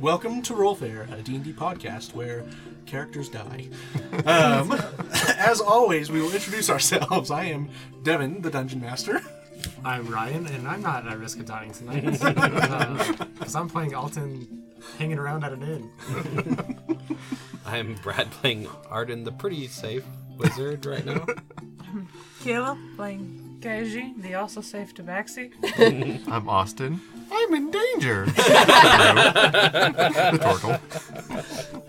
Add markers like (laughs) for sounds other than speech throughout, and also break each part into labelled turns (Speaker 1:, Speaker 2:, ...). Speaker 1: Welcome to Rollfair, a D&D podcast where characters die. Um, (laughs) as always, we will introduce ourselves. I am Devin, the Dungeon Master.
Speaker 2: I'm Ryan, and I'm not at risk of dying tonight (laughs) because I'm playing Alton, hanging around at an inn.
Speaker 3: (laughs)
Speaker 4: I'm Brad playing Arden, the pretty safe wizard right now.
Speaker 5: Kayla playing Kaiji, the also safe Tabaxi.
Speaker 6: (laughs) I'm Austin. I'm in (laughs) danger. Rhetorical.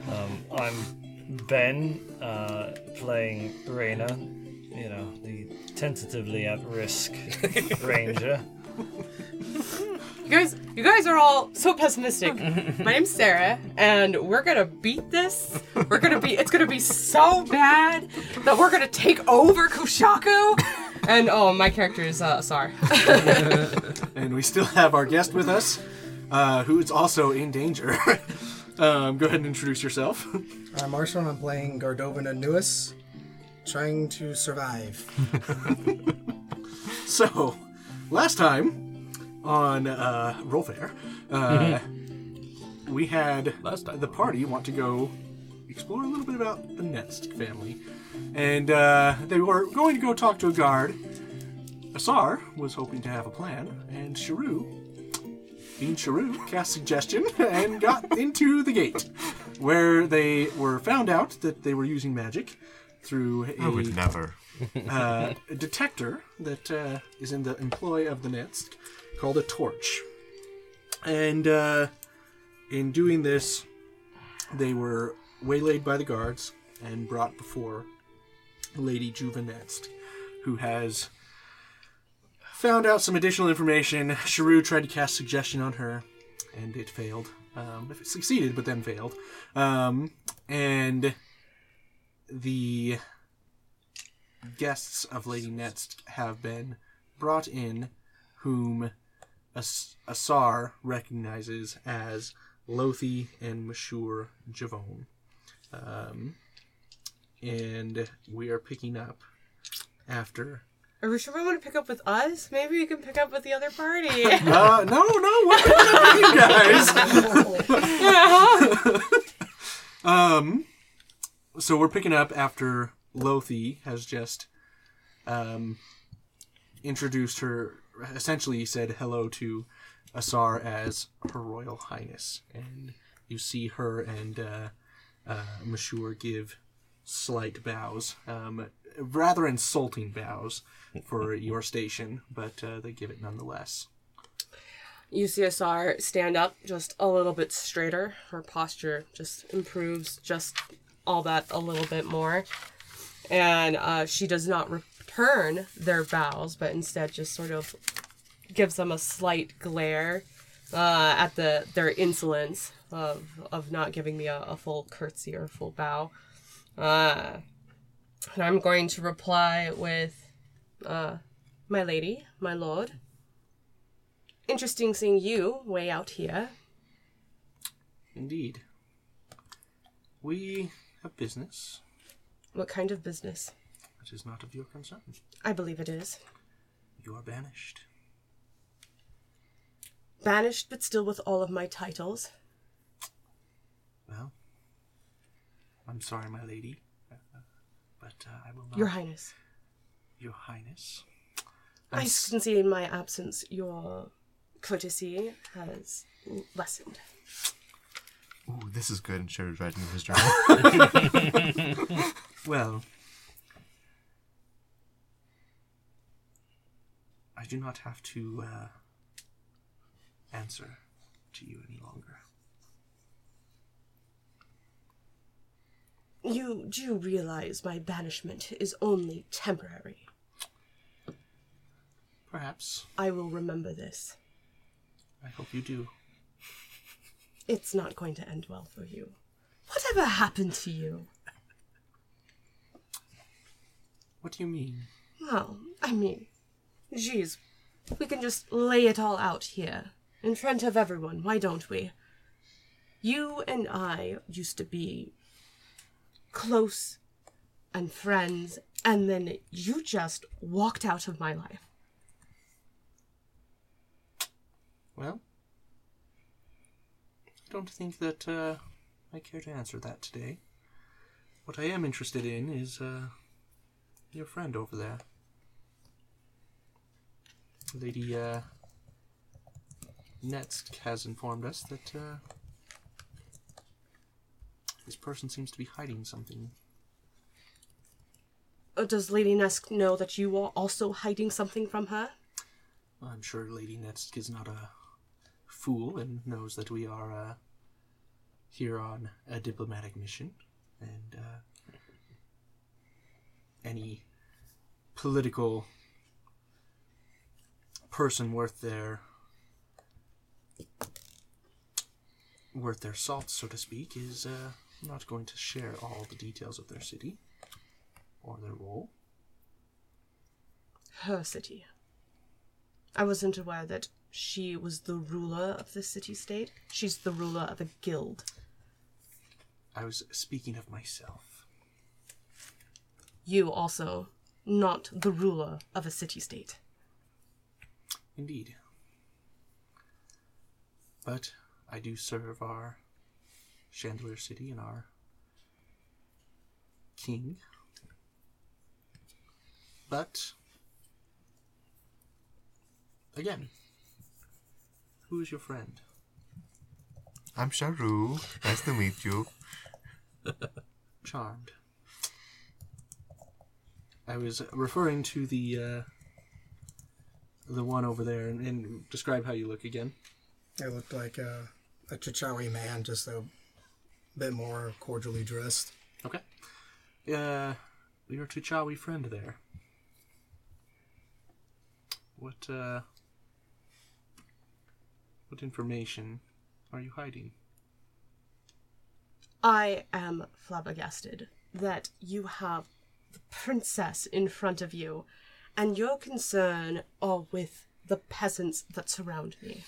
Speaker 7: Um, I'm Ben, uh, playing Reyna, you know, the tentatively at risk ranger.
Speaker 8: You guys, you guys are all so pessimistic. My name's Sarah, and we're gonna beat this. We're gonna be. It's gonna be so bad that we're gonna take over Kushaku. And oh, my character is uh, Sar. (laughs)
Speaker 1: And we still have our guest with us, uh, who is also in danger. (laughs) um, go ahead and introduce yourself.
Speaker 3: I'm Arshon. Uh, I'm playing Gardovin and Nuis, trying to survive.
Speaker 1: (laughs) So, last time on uh, Rollfair, uh, we had
Speaker 4: Mm-hmm. Last time.
Speaker 1: the party want to go explore a little bit about the Netsk family. And uh, they were going to go talk to a guard. Asar was hoping to have a plan, and Sharu, being Sharu, cast suggestion (laughs) and got into the gate, where they were found out that they were using magic through a
Speaker 6: I would
Speaker 1: (laughs)
Speaker 6: never.
Speaker 1: uh, a detector that uh, is in the employ of the Netsk called a torch. And uh, in doing this, they were waylaid by the guards and brought before Lady Juvenetsk, who has found out some additional information. Sharu tried to cast suggestion on her, and it failed. Um, it succeeded, but then failed. Um, and the guests of Lady Netst have been brought in, whom As- Asar recognizes as Lothi and Mashur Javon. Um, and we are picking up after.
Speaker 8: Are we sure we want to pick up with us? Maybe we can pick up with the other party.
Speaker 1: Uh, no, no, what are you
Speaker 8: (laughs)
Speaker 1: guys? (laughs) Um, so we're picking up after Lothi has just um, introduced her, essentially said hello to Asar as Her Royal Highness, and you see her and uh, uh, Mashur give slight bows, um, rather insulting bows for your station, but uh, they give it nonetheless.
Speaker 8: You see Asar stand up just a little bit straighter. Her posture just improves just all that a little bit more. And uh, she does not return their bows, but instead just sort of gives them a slight glare uh, at the their insolence of, of not giving me a, a full curtsy or full bow. Uh, and I'm going to reply with, uh, My lady, my lord, interesting seeing you way out here.
Speaker 1: Indeed. We have business
Speaker 8: What kind of business?
Speaker 1: that is not of your concern.
Speaker 8: I believe it is.
Speaker 1: You are banished.
Speaker 8: Banished, but still with all of my titles.
Speaker 1: Well, I'm sorry, my lady, but uh, I will not.
Speaker 8: Your Highness.
Speaker 1: Your Highness.
Speaker 8: I
Speaker 1: I'm s-
Speaker 8: can see in my absence your courtesy has lessened.
Speaker 6: Ooh, this is good. And Sherry's writing in his journal.
Speaker 1: Well, I do not have to uh, answer to you any longer.
Speaker 8: You do realize my banishment is only temporary.
Speaker 1: Perhaps.
Speaker 8: I will remember this.
Speaker 1: I hope you do.
Speaker 8: It's not going to end well for you. Whatever happened to you?
Speaker 1: What do you mean?
Speaker 8: Well, I mean, geez, we can just lay it all out here in front of everyone. Why don't we? You and I used to be close and friends, and then you just walked out of my life.
Speaker 1: Well, I don't think that uh, I care to answer that today. What I am interested in is uh, your friend over there, Lady uh, Netsk has informed us that uh, this person seems to be hiding something.
Speaker 8: Uh, Does Lady Nesk know that you are also hiding something from her?
Speaker 1: I'm sure Lady Netsk is not a fool and knows that we are uh, here on a diplomatic mission, and uh, any political person worth their worth their salt, so to speak, is uh, not going to share all the details of their city or their role.
Speaker 8: Her city. I wasn't aware that she was the ruler of the city state. She's the ruler of a guild.
Speaker 1: I was speaking of myself.
Speaker 8: You also, not the ruler of a city state.
Speaker 1: Indeed. But I do serve our Chandelier City and our king. But again, who is your friend?
Speaker 6: I'm Sharu. Nice to meet you.
Speaker 1: Charmed. I was referring to the uh, the one over there, and, and describe how you look again.
Speaker 3: It looked like a, a Chichawi man, just a bit more cordially dressed.
Speaker 1: Okay. Uh, your Tuchawi friend there. What, uh, what information are you hiding?
Speaker 8: I am flabbergasted that you have the princess in front of you, and your concern are with the peasants that surround me.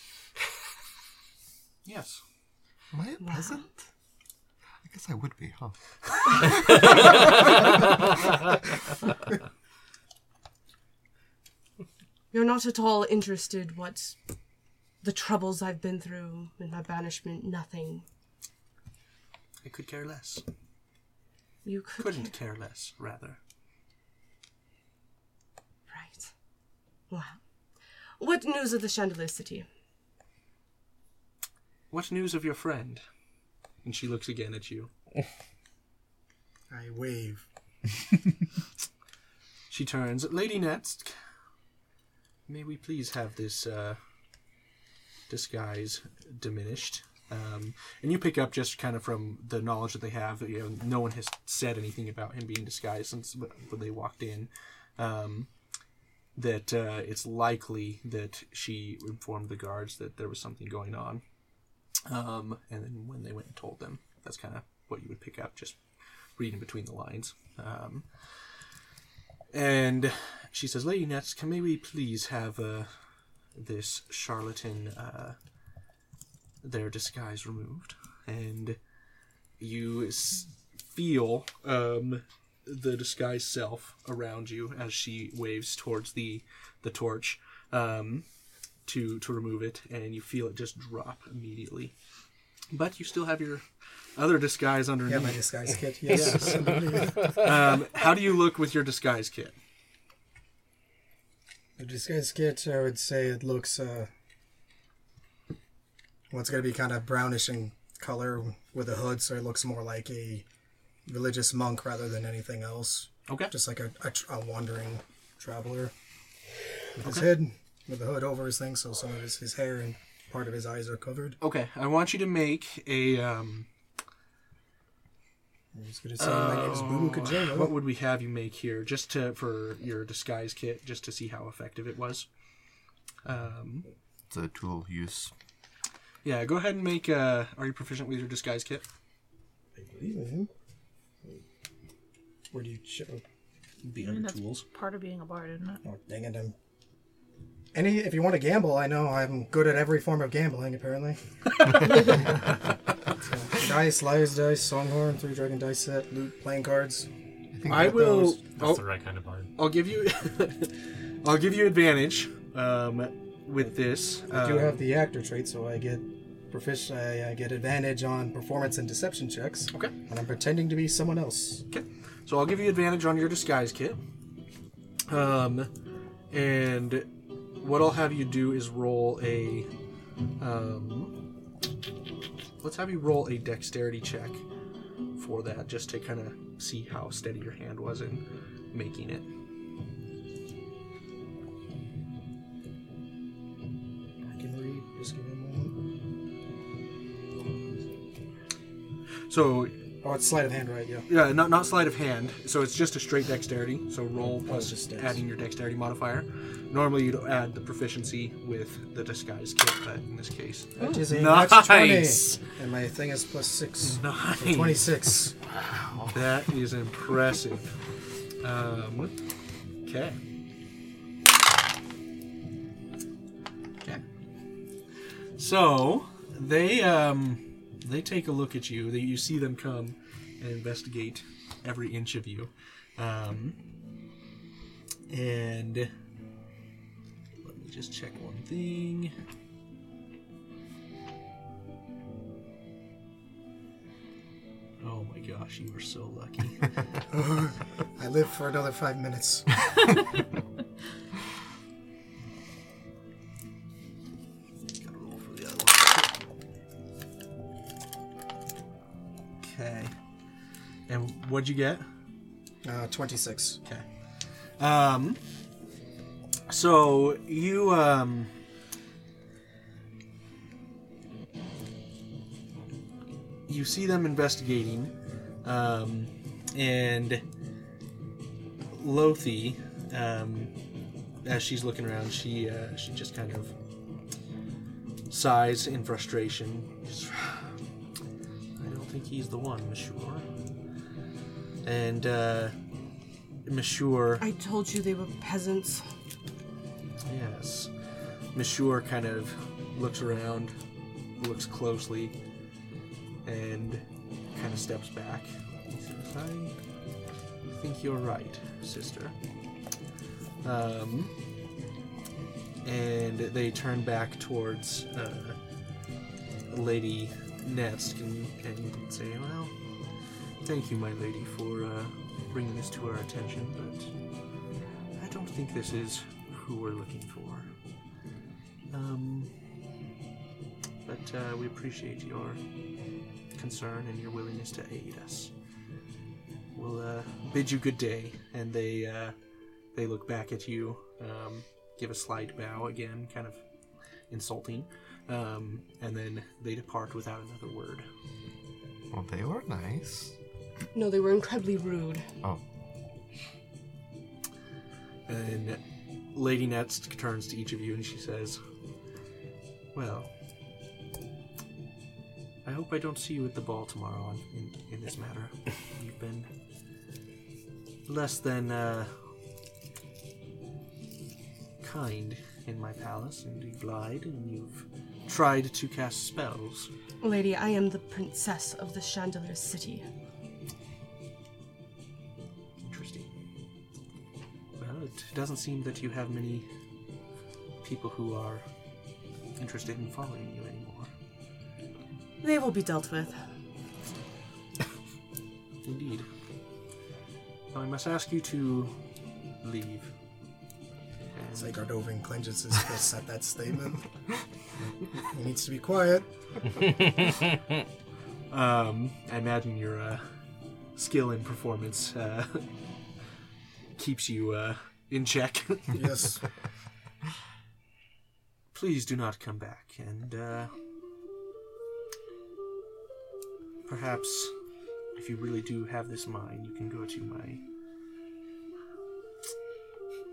Speaker 1: Yes.
Speaker 6: Am I a peasant? I guess I would be, huh?
Speaker 8: You're not at all interested what the troubles I've been through in my banishment, nothing.
Speaker 1: I could care less.
Speaker 8: You could
Speaker 1: Couldn't care less, rather.
Speaker 8: Right. Wow. What news of the Chandelier
Speaker 6: (laughs)
Speaker 8: City?
Speaker 1: What news of your friend? And she looks again at you.
Speaker 3: I wave.
Speaker 1: (laughs) She turns. Lady Netsk, may we please have this uh, disguise diminished? Um, and you pick up just kind of from the knowledge that they have. You know, no one has said anything about him being disguised since w- when they walked in. Um, that uh, it's likely that she informed the guards that there was something going on. Um, and then when they went and told them, that's kind of what you would pick up just reading between the lines. Um, and she says, Lady Nets, can may we please have uh, this charlatan, uh, their disguise removed? And you s- feel um, the disguise self around you as she waves towards the, the torch um, to, to remove it, and you feel it just drop immediately. But you still have your other disguise
Speaker 3: Yeah, my
Speaker 1: underneath.
Speaker 3: disguise kit. Yes.
Speaker 1: (laughs) um, how do you look with your disguise kit?
Speaker 3: the disguise kit, I would say it looks, uh, well, it's going to be kind of brownish in color with a hood, so it looks more like a religious monk rather than anything else.
Speaker 1: Okay.
Speaker 3: Just like a, a, tr- a wandering traveler with his head, with the hood over his thing, so some of his, his hair and part of his eyes are covered.
Speaker 1: Okay, I want you to make a. Um,
Speaker 3: I'm just going to say, my name is Boo Boo Kajolo.
Speaker 1: Oh, what would we have you make here, just to for your disguise kit, just to see how effective it was? Um,
Speaker 6: It's a tool use.
Speaker 1: yeah, go ahead and make. Uh, are you proficient with your disguise kit?
Speaker 3: Where do you show?
Speaker 1: The
Speaker 5: I mean, that's
Speaker 1: tools.
Speaker 5: (laughs) part of being a bard, isn't it?
Speaker 3: Oh, dang it. I'm... Any, if you want to gamble, I know I'm good at every form of gambling, apparently. So, dice, liar's dice, songhorn, three dragon dice set, loot, playing cards.
Speaker 6: think
Speaker 1: I
Speaker 3: got
Speaker 1: will. oh.
Speaker 3: those.
Speaker 2: That's
Speaker 1: I'll,
Speaker 2: the right kind of bard.
Speaker 1: I'll give you. (laughs) I'll give you advantage um, with this.
Speaker 3: I do
Speaker 1: um,
Speaker 3: have the actor trait, so I get profici- I, I get advantage on performance and deception checks.
Speaker 1: Okay.
Speaker 3: And I'm pretending to be someone else.
Speaker 1: Okay. So I'll give you advantage on your disguise kit. Um, and what I'll have you do is roll a. Um, let's have you roll a dexterity check for that, just to kind of see how steady your hand was in making it.
Speaker 3: I can read. Just give me a moment.
Speaker 1: So
Speaker 3: Oh, it's sleight of hand, right? Yeah.
Speaker 1: yeah, not not sleight of hand. So it's just a straight dexterity. So roll plus
Speaker 3: Oh, just dex.
Speaker 1: adding your dexterity modifier. Normally you'd add the proficiency with the disguise kit, but in this case,
Speaker 3: Which is a
Speaker 1: Nice.
Speaker 3: max 20. And my thing is plus 6.
Speaker 1: nice.
Speaker 3: So 26.
Speaker 1: That is impressive. Um, okay. Okay. So they um, they take a look at you. They, you see them come and investigate every inch of you. Um, and let me just check one thing. Oh my gosh, you are so lucky.
Speaker 3: I live for another five minutes.
Speaker 1: Gotta roll for the other one. Okay. And what'd you get?
Speaker 3: Uh, 26.
Speaker 1: Okay. Um. So you um. You see them investigating, um, and Lothi, um, as she's looking around, she uh, she just kind of sighs in frustration. (sighs) I don't think he's the one, Monsieur. And uh, Monsieur.
Speaker 8: I told you they were peasants.
Speaker 1: Yes. Monsieur kind of looks around, looks closely, and kind of steps back. He says, I think you're right, sister. Um, and they turn back towards uh, Lady Nest and, and say, Well, thank you, my lady, for uh, bringing this to our attention, but I don't think this is who we're looking for. Um, but uh, we appreciate your concern and your willingness to aid us. We'll uh, bid you good day, and they uh, they look back at you, um, give a slight bow again, kind of insulting, um, and then they depart without another word.
Speaker 6: Well, they were nice.
Speaker 8: No, they were incredibly rude.
Speaker 6: Oh,
Speaker 1: And Lady Netz turns to each of you and she says, Well, I hope I don't see you at the ball tomorrow on, in, in this matter. You've been less than uh, kind in my palace, and you've lied, and you've tried to cast spells.
Speaker 8: Lady, I am the princess of the Chandelier City.
Speaker 1: Interesting. Well, it doesn't seem that you have many people who are interested in following you anymore.
Speaker 8: They will be dealt with.
Speaker 1: Indeed. I must ask you to leave.
Speaker 3: It's like Ardovin clenches his fists at that statement. he needs to be quiet.
Speaker 1: (laughs) Um, I imagine your uh, skill in performance uh, (laughs) keeps you uh, in check. (laughs)
Speaker 3: Yes.
Speaker 1: Please do not come back, and uh, perhaps if you really do have this mind, you can go to my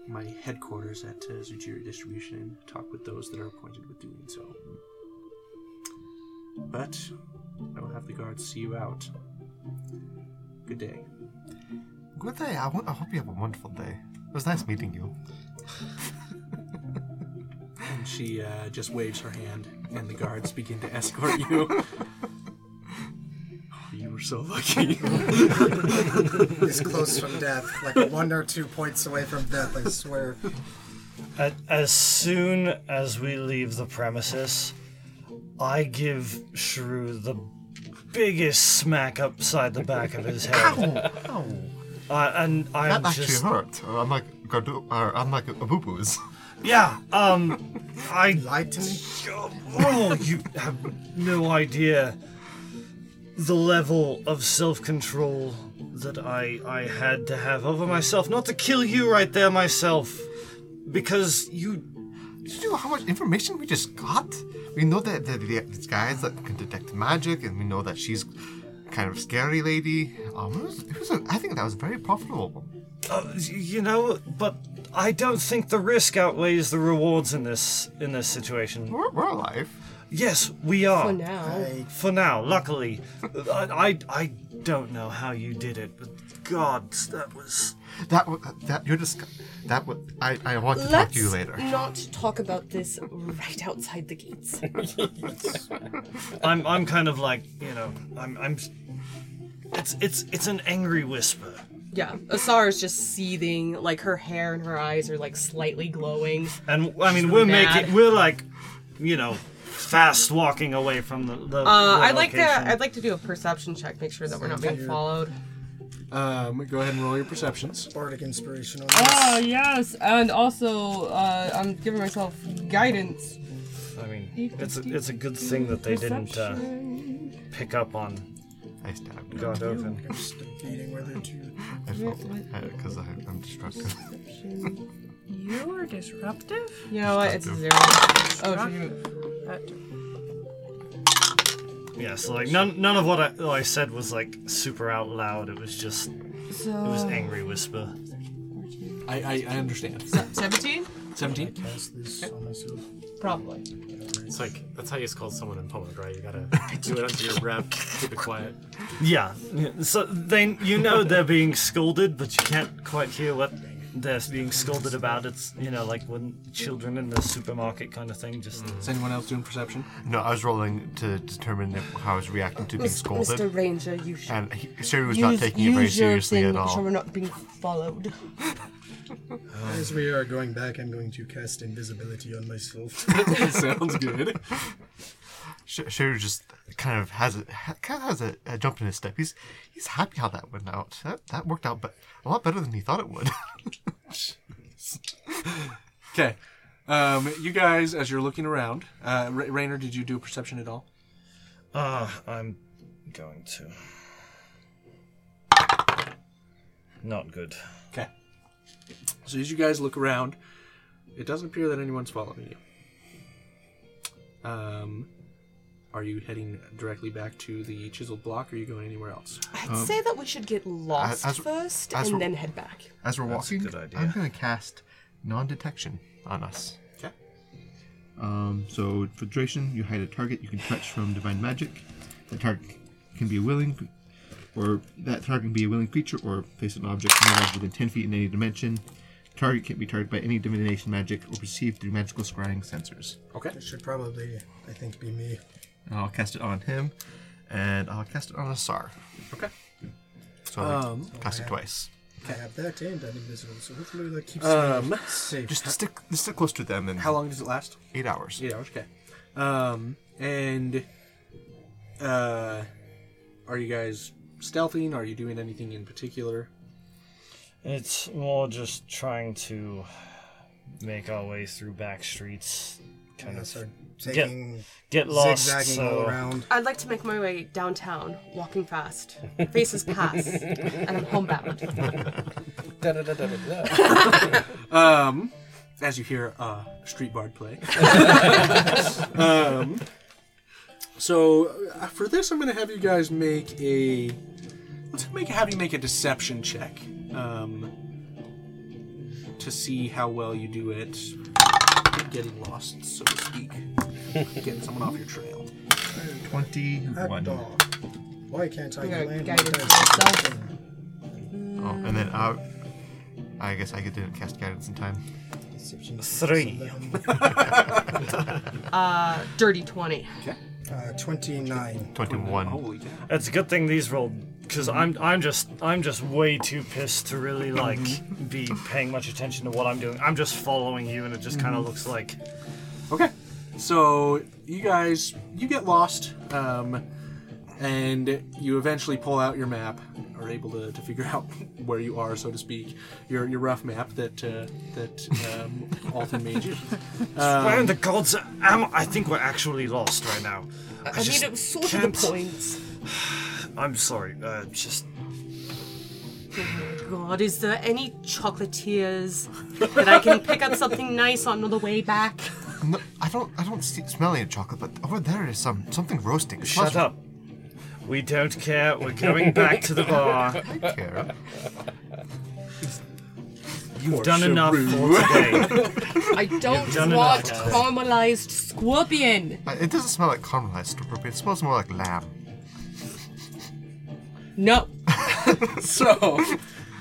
Speaker 1: my headquarters at uh, Zujiri Distribution and talk with those that are appointed with doing so. But I will have the guards see you out. Good day.
Speaker 6: good day. I, w- I hope you have a wonderful day. It was nice meeting you.
Speaker 1: And she uh, just waves her hand, and the guards begin to escort you. (laughs) Oh, you were so
Speaker 7: (laughs)
Speaker 1: lucky.
Speaker 3: He's close from (laughs) death. Like one or two points away from death, I swear.
Speaker 7: A- As soon as we leave the premises, I give Shrew the biggest smack upside the back of his head. Uh, and I'm
Speaker 6: That actually
Speaker 7: just
Speaker 6: hurt. Uh, I'm like Gardu- uh, I'm like a boo (laughs) boos.
Speaker 7: yeah. Um, I
Speaker 3: Lied to me.
Speaker 7: oh, you have no idea the level of self-control that I I had to have over myself, not to kill you right there myself, because you
Speaker 6: Did you know how much information we just got? We know that there are these guys that can detect magic, and we know that she's kind of scary lady. Um, it was, it was a, I think that was very profitable.
Speaker 7: Uh, you know, but I don't think the risk outweighs the rewards in this in this situation.
Speaker 6: We're, we're alive.
Speaker 7: Yes, we are.
Speaker 8: For now.
Speaker 7: For now, luckily, I, I I don't know how you did it, but God, that was
Speaker 6: That wa- that you're just that wa- I I want to talk
Speaker 8: Let's
Speaker 6: to you later. (laughs)
Speaker 8: not talk about this right outside the gates.
Speaker 7: I'm I'm kind of like you know I'm I'm. It's it's it's an angry whisper.
Speaker 8: yeah, Asar is just seething. Like her hair and her eyes are like slightly glowing.
Speaker 7: And I mean, we're
Speaker 8: mad.
Speaker 7: making, we're like, you know, fast walking away from the. the
Speaker 8: Uh,
Speaker 7: the
Speaker 8: I'd like to.
Speaker 7: location.
Speaker 8: I'd like to do a perception check, make sure that we're not being followed.
Speaker 1: (laughs) Um, go ahead and roll your perceptions.
Speaker 3: Bardic inspiration on
Speaker 8: Oh
Speaker 3: this.
Speaker 8: yes, and also uh, I'm giving myself guidance.
Speaker 7: I mean, it's a, it's a good thing that they didn't uh, pick up on
Speaker 6: I stabbed her.
Speaker 7: Godovin.
Speaker 3: I'm just debating whether to.
Speaker 6: I felt because I'm destructive.
Speaker 5: You were disruptive?
Speaker 8: You know what? It's a
Speaker 6: Destructive.
Speaker 8: zero. Oh shoot.
Speaker 5: That-
Speaker 7: Yeah, so like none none of what I, what I said was like super out loud. It was just it was
Speaker 8: So
Speaker 7: angry whisper.
Speaker 1: I, I, I understand.
Speaker 8: seventeen,
Speaker 1: 17?
Speaker 3: Cast this on myself.
Speaker 8: probably.
Speaker 2: It's like that's how you scold someone in Poland, right? You
Speaker 3: (laughs)
Speaker 2: gotta do it under your rep, keep it quiet.
Speaker 7: Yeah. yeah, So they you know they're being scolded, but you can't quite hear what they're being scolded about. It's you know like when children in the supermarket kind of thing. Just
Speaker 1: Is anyone else doing perception?
Speaker 6: No, I was rolling to determine if, how I was reacting to being scolded,
Speaker 8: Mr. Ranger, you should.
Speaker 6: and he, Sherry was not taking it very seriously at all.
Speaker 8: we're not being
Speaker 6: (laughs)
Speaker 8: followed.
Speaker 3: As we are going back, I'm going to cast invisibility on
Speaker 1: (laughs)
Speaker 3: myself.
Speaker 1: Sounds good.
Speaker 6: Sh- Sherry just kind of has a ha- kind of has a, a jump in his step. He's he's happy how that went out. That, that worked out, but a lot better than he thought it would. (laughs)
Speaker 1: Okay. Um, you guys, as you're looking around, uh, Ra- Rainer, did you do perception at all?
Speaker 7: ah, I'm going to
Speaker 4: Not good.
Speaker 1: Okay. So as you guys look around, it doesn't appear that anyone's following you. Um, are you heading directly back to the chiseled block, or are you going anywhere else?
Speaker 8: I'd say that we should get lost
Speaker 6: Um, as-
Speaker 8: first
Speaker 6: as
Speaker 8: and
Speaker 6: we're-
Speaker 8: then head back.
Speaker 6: As we're walking,
Speaker 4: good idea.
Speaker 6: I'm going to cast non-detection on us.
Speaker 1: Okay.
Speaker 9: Um, so for duration, you hide a target you can touch from divine magic. That target can be a willing, or that target can be a willing creature or place an object no larger than 10 feet in any dimension. Target can't be targeted by any divination magic or perceived through magical scrying sensors.
Speaker 1: Okay.
Speaker 3: It should probably, I think, be me.
Speaker 6: And I'll cast it on him, and I'll cast it on Asar.
Speaker 1: Okay.
Speaker 6: So I'll
Speaker 1: Um,
Speaker 6: cast it twice.
Speaker 3: I have that and I'm invisible, so hopefully that keeps
Speaker 1: Um,
Speaker 3: me safe.
Speaker 6: Just stick, just stick close to them in
Speaker 1: How long does it last?
Speaker 6: eight hours.
Speaker 1: Yeah. Okay. Um, and uh, are you guys stealthing? Are you doing anything in particular?
Speaker 7: It's more just trying to make our way through back streets, kind
Speaker 3: Yeah,
Speaker 7: of
Speaker 3: so taking,
Speaker 7: get lost.
Speaker 3: zigzagging
Speaker 7: So
Speaker 3: all around.
Speaker 8: I'd like to make my way downtown, walking fast. Faces pass, and I'm homebound.
Speaker 6: (laughs)
Speaker 1: (laughs) Um, as you hear uh, Street Bard play. (laughs) um, so uh, for this, I'm going to have you guys make a let's make have you make a deception check um, to see how well you do it getting lost, so to speak, getting someone off your trail.
Speaker 9: 21.
Speaker 3: Hot dog. Why can't I
Speaker 8: I got
Speaker 3: land
Speaker 8: guidance
Speaker 3: with
Speaker 8: for
Speaker 3: that?
Speaker 8: myself.
Speaker 6: Oh, and then uh, I guess I didn't cast guidance in time.
Speaker 7: Three.
Speaker 8: Dirty twenty.
Speaker 3: Uh, 29.
Speaker 6: 21.
Speaker 1: Holy cow!
Speaker 7: It's a good thing these rolled, because I'm I'm just I'm just way too pissed to really like
Speaker 8: Mm-hmm.
Speaker 7: be paying much attention to what I'm doing. I'm just following you, and it just kind of looks like
Speaker 1: Okay. So you guys, you get lost, um, and you eventually pull out your map, are able to, to figure (laughs) out where you are, so to speak, your your rough map that uh, that um, Alton made you.
Speaker 8: Um,
Speaker 7: Where in the gods am I? think we're actually lost right now. I,
Speaker 8: I need
Speaker 7: just
Speaker 8: to sort of the
Speaker 7: can't-
Speaker 8: points.
Speaker 7: I'm sorry. Uh, just
Speaker 10: Oh,
Speaker 8: God, is there any chocolatiers that I can pick up something nice on the way back?
Speaker 6: No, (laughs) I don't. I don't see, smell any chocolate, but over there is some something roasting. It
Speaker 7: shut
Speaker 6: smells-
Speaker 7: up. We don't care. We're going back to the bar.
Speaker 6: Care.
Speaker 7: You've done enough for today.
Speaker 10: I don't
Speaker 7: done
Speaker 10: want
Speaker 7: enough.
Speaker 10: caramelized scorpion.
Speaker 6: Uh, It doesn't smell like caramelized scorpion. It smells more like lamb.
Speaker 10: No.
Speaker 1: (laughs) so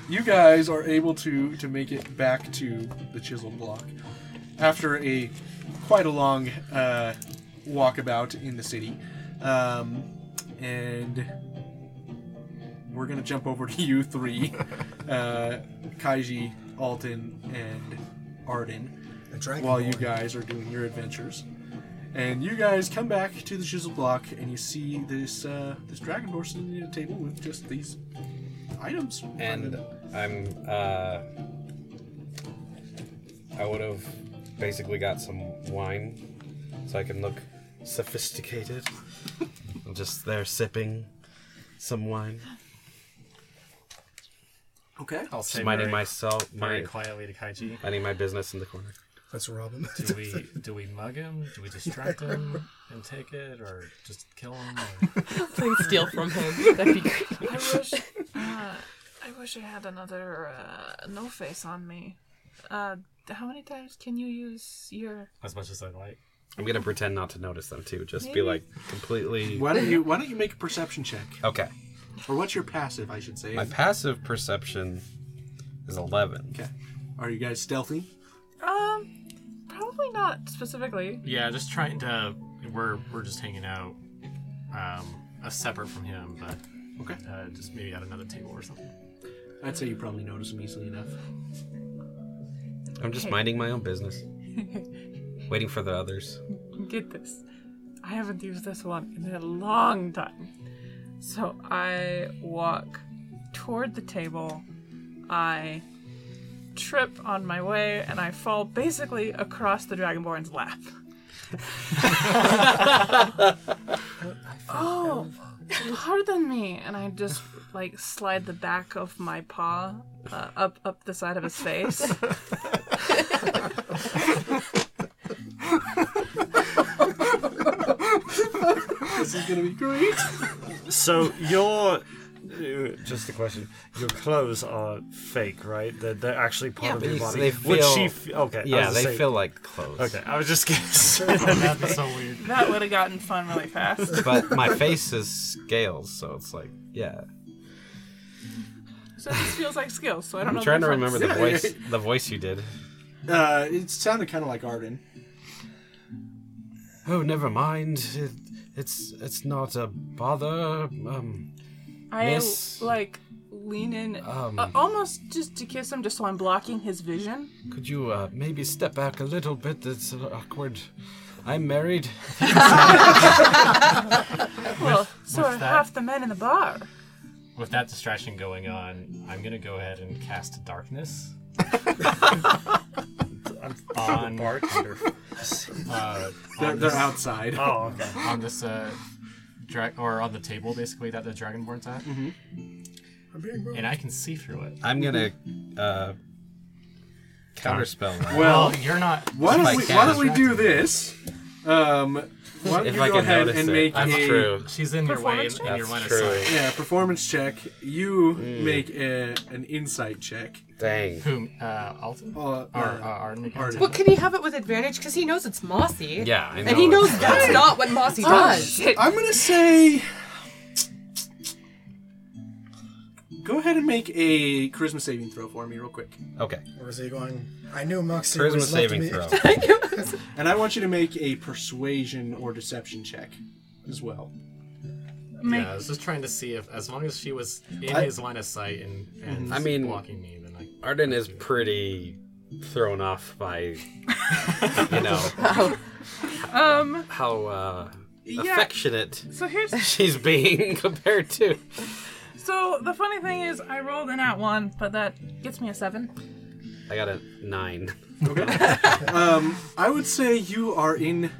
Speaker 1: you guys are able to to make it back to the chiseled block after a quite a long uh, walkabout in the city um, and we're gonna jump over to you three uh, kaiji alton and arden
Speaker 3: I drank
Speaker 1: while
Speaker 3: more.
Speaker 1: you guys are doing your adventures. And you guys come back to the chisel block, and you see this uh, this dragon horse sitting at a table with just these items.
Speaker 11: and (laughs) I'm uh, I would have basically got some wine so I can look sophisticated. I'm just there sipping some wine, (laughs)
Speaker 1: okay,
Speaker 2: I'll say
Speaker 11: minding
Speaker 2: very,
Speaker 11: myself,
Speaker 2: very
Speaker 11: my,
Speaker 2: quietly to Kaiji.
Speaker 11: minding my business in the corner.
Speaker 3: Let's rob him.
Speaker 2: Do we do we mug him? Do we distract him and take it, or just kill him?
Speaker 10: (laughs)
Speaker 2: Or...
Speaker 10: Please steal from
Speaker 2: (laughs)
Speaker 5: (laughs)
Speaker 10: him. That'd be great.
Speaker 5: I wish, uh, I wish I had another uh, no face on me. Uh, how many times can you use your?
Speaker 2: As much as I like.
Speaker 11: I'm gonna pretend not to notice them too. Just be like completely
Speaker 1: why don't you why don't you make a perception check,
Speaker 11: okay.
Speaker 1: or what's your passive, I should say?
Speaker 11: My passive perception is 11.
Speaker 1: okay, are you guys stealthy?
Speaker 5: Um, probably not specifically.
Speaker 2: Yeah, just trying to. We're we're just hanging out, um, uh, separate from him, but
Speaker 1: Okay,
Speaker 2: uh, just maybe at another table or something.
Speaker 1: I'd say you probably notice them easily enough.
Speaker 11: I'm just minding my own business, waiting for the others.
Speaker 5: Get this. I haven't used this one in a long time. So I walk toward the table. I trip on my way and I fall basically across the Dragonborn's lap. oh, pardon me. And I just like slide the back of my paw uh, up up the side of his face.
Speaker 1: This is gonna be great.
Speaker 7: So your uh, just a question. Your clothes are fake, right? They're, they're actually part of your
Speaker 11: they-
Speaker 7: body.
Speaker 11: they
Speaker 7: Would
Speaker 11: feel-
Speaker 7: she? F- okay. I
Speaker 11: Yeah,
Speaker 7: was
Speaker 11: they
Speaker 7: saying-
Speaker 11: feel like clothes.
Speaker 7: Okay, I was just (laughs)
Speaker 11: (laughs)
Speaker 7: kidding.
Speaker 2: That's so weird.
Speaker 5: That would have gotten fun really fast.
Speaker 11: but my face is scales, so it's like, yeah.
Speaker 5: So this feels like skills. So I don't
Speaker 11: I'm
Speaker 5: know.
Speaker 11: trying
Speaker 5: the
Speaker 11: to remember the
Speaker 1: Yeah,
Speaker 11: voice, (laughs)
Speaker 1: yeah.
Speaker 11: the voice you did.
Speaker 1: Uh, it sounded kind of like Arden.
Speaker 11: Oh, never mind. It, it's it's not a bother. Um,
Speaker 5: I
Speaker 11: Miss-
Speaker 5: like lean in,
Speaker 11: Um,
Speaker 5: uh, almost just to kiss him, just so I'm blocking
Speaker 11: (laughs)
Speaker 5: his vision.
Speaker 11: could you uh, maybe step back a little bit? It's awkward. I'm
Speaker 5: (laughs)
Speaker 11: married.
Speaker 5: Well, so
Speaker 2: with
Speaker 5: are
Speaker 2: that-
Speaker 5: half the men in the bar.
Speaker 2: With that distraction going on, I'm gonna go ahead and cast darkness on
Speaker 7: Bartender.
Speaker 2: uh,
Speaker 1: They're, they're outside.
Speaker 7: Oh, okay.
Speaker 2: on this uh, dra- or on the table basically that the dragonborn's at,
Speaker 1: Mm-hmm.
Speaker 3: I'm being robbed.
Speaker 2: and I can see through it.
Speaker 11: I'm gonna uh, counterspell. That.
Speaker 1: Well,
Speaker 2: Oh, you're not.
Speaker 1: why don't
Speaker 11: Like
Speaker 1: we why don't we
Speaker 2: that.
Speaker 1: do this? Um, why don't
Speaker 11: If
Speaker 1: you
Speaker 11: I
Speaker 1: go
Speaker 11: can
Speaker 1: ahead
Speaker 11: notice
Speaker 1: and
Speaker 11: it,
Speaker 1: make
Speaker 11: that's
Speaker 1: a
Speaker 11: true.
Speaker 2: She's in your way,
Speaker 5: Performance
Speaker 2: in, in your
Speaker 11: That's
Speaker 2: line
Speaker 11: true. Hmm.
Speaker 2: of sight.
Speaker 1: Yeah, performance check. You make a, an insight check.
Speaker 11: Dang.
Speaker 2: Whom? Uh, Alton?
Speaker 1: Uh,
Speaker 2: or, uh,
Speaker 1: uh,
Speaker 2: Arden?
Speaker 1: Arden.
Speaker 10: But can he have it with advantage? Because he knows it's mossy.
Speaker 11: Yeah, I know.
Speaker 10: And he knows that's not what mossy
Speaker 11: Oh,
Speaker 10: does.
Speaker 1: I'm gonna say. Go ahead and make a charisma saving throw for me, real quick.
Speaker 11: Okay.
Speaker 3: Where is he going? I knew Moxie
Speaker 11: Charisma
Speaker 3: was left
Speaker 11: saving
Speaker 3: me. (laughs)
Speaker 11: throw.
Speaker 1: And I want you to make a persuasion or deception check as well.
Speaker 2: Yeah, I was just trying to see if, as long as she was in his line of sight and, and
Speaker 11: I mean-
Speaker 2: blocking me, then I.
Speaker 11: Arden is (laughs) pretty thrown off by, you know,
Speaker 5: Um,
Speaker 11: how uh,
Speaker 5: Yeah.
Speaker 11: affectionate
Speaker 5: So here's-
Speaker 11: she's being (laughs) compared to.
Speaker 5: so the funny thing is, I rolled an at one, but that gets me a seven.
Speaker 11: I got a nine.
Speaker 1: um, I would say you are in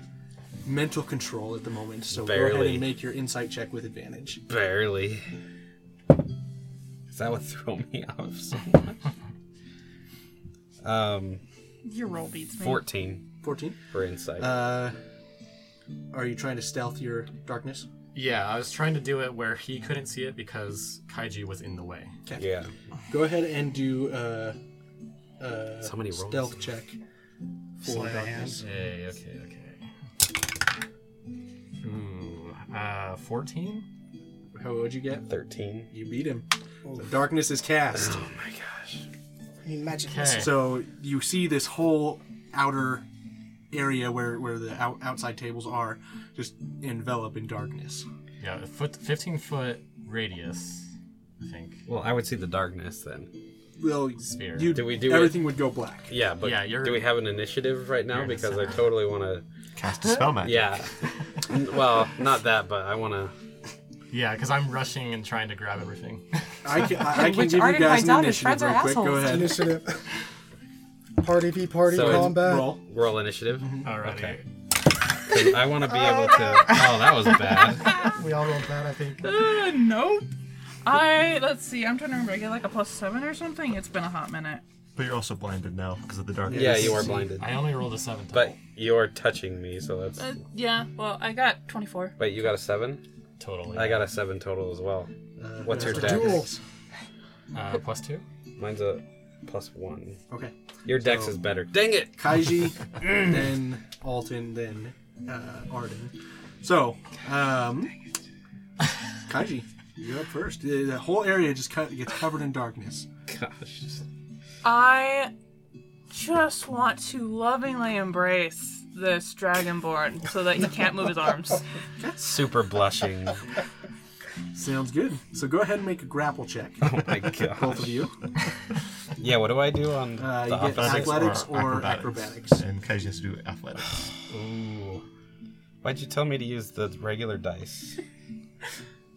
Speaker 1: mental control at the moment, so go ahead
Speaker 11: Barely.
Speaker 1: and make your insight check with advantage.
Speaker 11: (laughs) Barely. Is that what threw me off so much? Um,
Speaker 5: Your roll beats me.
Speaker 11: 14.
Speaker 1: 14?
Speaker 11: For insight.
Speaker 1: Uh, are you trying to stealth your darkness?
Speaker 2: Yeah, I was trying to do it where he couldn't see it because Kaiji was in the way.
Speaker 11: Yeah.
Speaker 1: Go ahead and do uh, uh,
Speaker 2: So many rolls.
Speaker 1: stealth check for
Speaker 2: Sleight of
Speaker 1: darkness.
Speaker 2: hand. Hey, okay, okay. Hmm. Uh, 14?
Speaker 1: How would you get?
Speaker 11: 13.
Speaker 1: You beat him. So darkness is cast.
Speaker 3: I mean, magic.
Speaker 1: So you see this whole outer area where, where the out, outside tables are just envelop in darkness.
Speaker 2: Yeah, a foot, 15 foot radius, I think.
Speaker 11: Well, I would see the darkness then.
Speaker 1: Well,
Speaker 2: Sphere.
Speaker 1: you,
Speaker 11: Do we do
Speaker 1: everything
Speaker 11: it-
Speaker 1: would go black.
Speaker 11: Yeah, but
Speaker 2: Yeah,
Speaker 11: (laughs)
Speaker 2: you're-
Speaker 11: do we have an initiative right now?
Speaker 2: You're in a
Speaker 11: Because I totally want to.
Speaker 6: Cast a spell magic.
Speaker 11: Yeah. N- well, not that, but I want to.
Speaker 2: Yeah, because I'm rushing and trying to grab everything.
Speaker 1: I can,
Speaker 2: (laughs)
Speaker 1: I, I can
Speaker 10: Which
Speaker 1: give you
Speaker 10: Arden finds
Speaker 1: guys an
Speaker 10: out his
Speaker 1: initiative
Speaker 10: friends are
Speaker 1: real quick. Go
Speaker 10: assholes.
Speaker 1: ahead.
Speaker 3: Initiative. Party v party
Speaker 11: So it's
Speaker 3: combat.
Speaker 1: Roll.
Speaker 11: Roll initiative.
Speaker 2: Alrighty.
Speaker 11: Okay. 'Cause I want to be able to.
Speaker 3: (laughs)
Speaker 11: Oh, that was bad.
Speaker 2: We all rolled that, I think.
Speaker 5: Uh, nope. I let's see. I'm trying to remember. I get like a plus seven or something. It's been a hot minute.
Speaker 9: But you're also blinded now because of the darkness.
Speaker 11: Yeah, you are blinded.
Speaker 2: I only rolled a 7
Speaker 11: But you're touching me, so that's.
Speaker 5: Uh, yeah. But I got 24.
Speaker 11: Wait, you got a seven?
Speaker 2: totally.
Speaker 11: I got a seven total as well. What's your dex?
Speaker 3: Duel.
Speaker 2: uh, plus 2?
Speaker 11: Mine's a plus one.
Speaker 1: Okay.
Speaker 11: Your dex is better. Dang it! (laughs)
Speaker 1: Kaiji, then Alton, then uh, Arden. So, um, Kaiji, you're up first. The, the whole area just co- gets covered in darkness.
Speaker 11: Gosh.
Speaker 5: I just want to lovingly embrace this dragonborn so that he can't move
Speaker 3: (laughs)
Speaker 5: his arms.
Speaker 11: Super blushing.
Speaker 1: Sounds good. So go ahead and make a grapple check,
Speaker 11: Oh my
Speaker 1: both
Speaker 11: gosh.
Speaker 1: of you.
Speaker 11: Yeah, what do I do on
Speaker 1: Uh,
Speaker 11: the
Speaker 1: you get
Speaker 11: offensive?
Speaker 1: athletics
Speaker 9: or
Speaker 1: or
Speaker 9: acrobatics.
Speaker 1: acrobatics.
Speaker 9: And Kaiji has to do athletics.
Speaker 11: Ooh. Why'd you tell me to use the regular dice?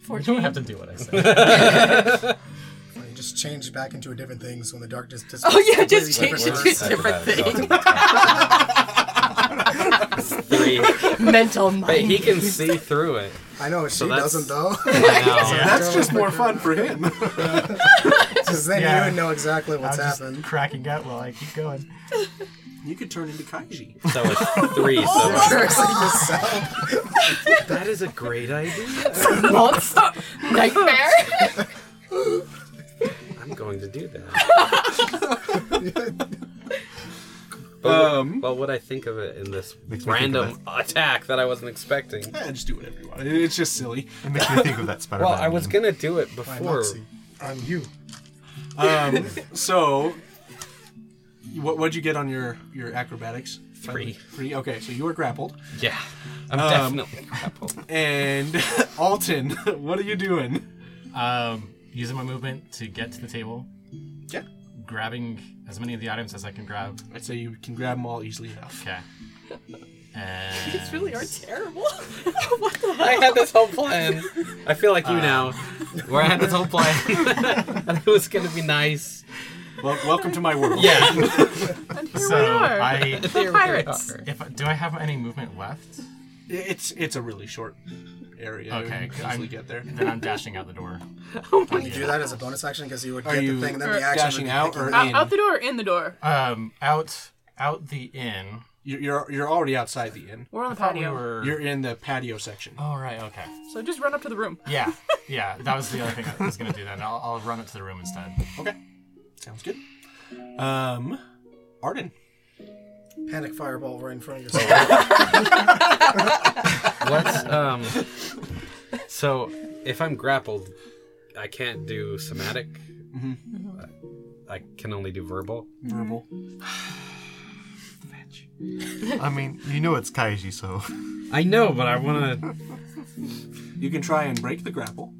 Speaker 2: You don't have to do what
Speaker 3: (laughs)
Speaker 2: I say.
Speaker 3: You just change back into a different thing so when the darkness dis-
Speaker 10: Oh yeah, just change it to a different
Speaker 11: Acrobatics.
Speaker 10: thing.
Speaker 11: Three.
Speaker 10: (laughs) Mental mind.
Speaker 11: (laughs) Wait, he can see through it.
Speaker 3: I know, she
Speaker 11: that's-
Speaker 3: doesn't
Speaker 11: (laughs)
Speaker 3: though. (laughs)
Speaker 1: (laughs) That's
Speaker 10: (laughs)
Speaker 1: just more fun for him.
Speaker 3: Because then
Speaker 2: Yeah.
Speaker 3: you would know exactly what's happened.
Speaker 2: cracking out while I keep going. (laughs)
Speaker 1: You could turn into Kaiji.
Speaker 11: (laughs) So it's three. So
Speaker 1: That is a great idea.
Speaker 10: Monster (laughs) nightmare.
Speaker 11: I'm going to
Speaker 9: (laughs)
Speaker 11: do that. But
Speaker 9: Um,
Speaker 11: what, well, what I think of it in this
Speaker 9: me think of
Speaker 11: random attack that I wasn't expecting.
Speaker 1: Yeah, just do whatever you want. It's just silly.
Speaker 9: It makes me think of that Spider-Man.
Speaker 11: Well, I was
Speaker 9: meme.
Speaker 11: gonna do it before.
Speaker 3: Moxie, I'm you.
Speaker 2: (laughs)
Speaker 1: Um, so, what what'd you get on your your acrobatics?
Speaker 11: Three.
Speaker 1: Three. Okay, so you were grappled. Um,
Speaker 11: Yeah, I'm definitely grappled.
Speaker 1: And (laughs) Alton, what are you doing?
Speaker 2: Um, using my movement to get to the table,
Speaker 1: Yeah.
Speaker 2: grabbing as many of the items as I can grab.
Speaker 1: I'd say you can grab them all easily enough.
Speaker 2: Okay. And
Speaker 10: These really are terrible. (laughs) what the
Speaker 11: (laughs) I
Speaker 10: hell?
Speaker 11: had this whole plan. I feel like you now, where I had this whole (laughs) plan, and it was gonna be nice.
Speaker 1: Well, welcome to my world.
Speaker 11: Yeah. (laughs)
Speaker 5: (laughs) And here
Speaker 2: so
Speaker 5: we are.
Speaker 2: I.
Speaker 11: There we
Speaker 5: Pirates.
Speaker 11: are.
Speaker 2: If do I have any movement left?
Speaker 1: It's it's a really short area.
Speaker 2: Okay,
Speaker 1: You can
Speaker 2: I'm-
Speaker 1: easily get there.
Speaker 2: Then I'm dashing out the
Speaker 1: (laughs)
Speaker 2: door.
Speaker 11: Oh
Speaker 3: Can you do that as a bonus action? Because you would
Speaker 1: Are
Speaker 3: get
Speaker 1: you
Speaker 3: the thing, and then
Speaker 5: or
Speaker 3: the action. would
Speaker 1: dashing
Speaker 3: be
Speaker 1: out
Speaker 3: picking
Speaker 1: or
Speaker 3: up.
Speaker 5: Out, out the door, or in the door.
Speaker 2: Um, out, out the inn.
Speaker 1: You're you're, you're already outside the inn.
Speaker 5: We're on the
Speaker 2: Thought we
Speaker 5: patio.
Speaker 2: were.
Speaker 1: You're in the patio section.
Speaker 2: Oh right, okay.
Speaker 5: So just run up to the room.
Speaker 2: Yeah, yeah. That was the other thing I was gonna do. Then I'll, I'll run up to the room instead.
Speaker 1: Okay, sounds good. Um, Arden.
Speaker 3: Panic fireball right in front
Speaker 11: Oh.
Speaker 3: of
Speaker 11: (laughs)
Speaker 3: yourself. (laughs)
Speaker 11: Let's um. So if I'm grappled, I can't do somatic. Mm-hmm. I, I can only do verbal.
Speaker 1: Verbal.
Speaker 5: (sighs)
Speaker 6: I mean, you know it's Kaiji, so
Speaker 11: I know, but I want to.
Speaker 1: You can try and break the grapple.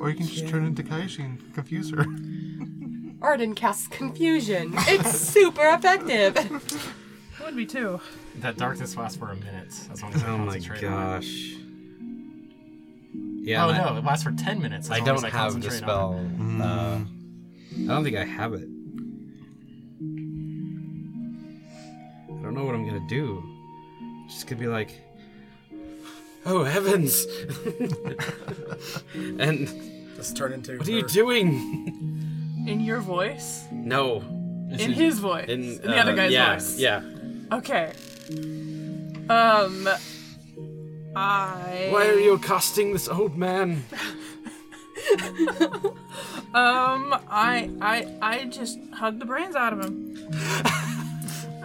Speaker 6: or you can just turn into Kaiji and confuse her.
Speaker 10: Arden casts confusion. It's super effective.
Speaker 5: What should be too.
Speaker 2: That darkness lasts for a minute. That's what I'm
Speaker 11: Oh
Speaker 2: gonna
Speaker 11: my
Speaker 2: concentrate on.
Speaker 11: gosh. Yeah.
Speaker 2: oh
Speaker 11: and I-
Speaker 2: no, it lasts for ten minutes.
Speaker 11: I
Speaker 2: as long
Speaker 11: don't
Speaker 2: as
Speaker 11: have the
Speaker 2: concentrate on
Speaker 11: spell. Uh, I don't think I have it. I don't know what I'm gonna do. Just gonna be like,
Speaker 1: (laughs)
Speaker 11: oh heavens! and
Speaker 3: Let's turn into.
Speaker 11: what are you doing?
Speaker 5: In your voice?
Speaker 11: No.
Speaker 5: In his voice. In, the other
Speaker 11: uh,
Speaker 5: guy's
Speaker 11: yeah,
Speaker 5: voice.
Speaker 11: Yeah.
Speaker 5: Okay. Um. I.
Speaker 11: Why are you accosting this old man?
Speaker 5: Um. I. I. I just hug the brains out of him.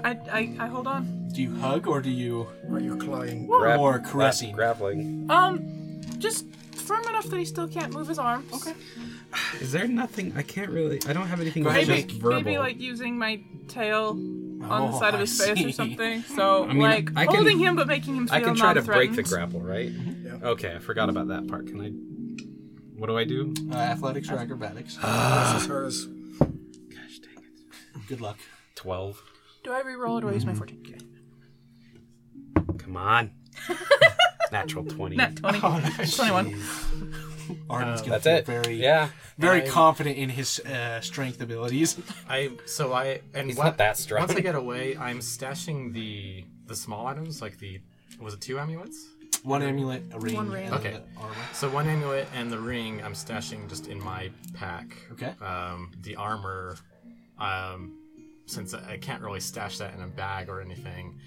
Speaker 5: I. I. I hold on.
Speaker 1: Do you hug or do you?
Speaker 3: Are you clawing?
Speaker 1: More caressing.
Speaker 11: grappling.
Speaker 5: Um. Just firm enough that he still can't move his arms. Okay.
Speaker 11: Is there nothing? I can't really. I don't have anything.
Speaker 1: Go
Speaker 11: that's
Speaker 1: ahead,
Speaker 11: just
Speaker 1: Jake.
Speaker 11: verbal.
Speaker 5: Maybe like using my tail on the
Speaker 11: Oh,
Speaker 5: side
Speaker 11: I
Speaker 5: of his face or
Speaker 11: see.
Speaker 5: something. So
Speaker 11: I mean,
Speaker 5: like
Speaker 11: I can-
Speaker 5: holding him but making him feel
Speaker 11: I can try to break the
Speaker 5: non-threatened.
Speaker 11: grapple, right? Okay, I forgot about that part. Can I? What do I do?
Speaker 1: Uh, athletics or acrobatics?
Speaker 11: Ah.
Speaker 3: hers.
Speaker 1: Good luck.
Speaker 11: Twelve.
Speaker 5: Do I re-roll or do I use my fortune?
Speaker 11: Mm-hmm. Come
Speaker 5: (laughs)
Speaker 11: on. Natural twenty. Uh,
Speaker 5: Nat 20. (laughs)
Speaker 1: nice.
Speaker 5: 21.
Speaker 1: Oh, Arden's gonna
Speaker 11: That's
Speaker 1: feel
Speaker 11: it.
Speaker 1: very,
Speaker 11: Yeah.
Speaker 1: very
Speaker 11: I-
Speaker 1: confident in his uh, strength abilities.
Speaker 2: I so I and
Speaker 11: He's
Speaker 2: when-
Speaker 11: not that strong.
Speaker 2: Once I get away, I'm stashing the the small items, like the was it two amulets?
Speaker 1: One amulet, a ring,
Speaker 5: One ring.
Speaker 1: and
Speaker 2: Okay.
Speaker 1: an armor.
Speaker 2: So one amulet and the ring I'm stashing just in my pack.
Speaker 1: Okay.
Speaker 2: Um, the armor, um, since I I can't really stash that in a bag or anything,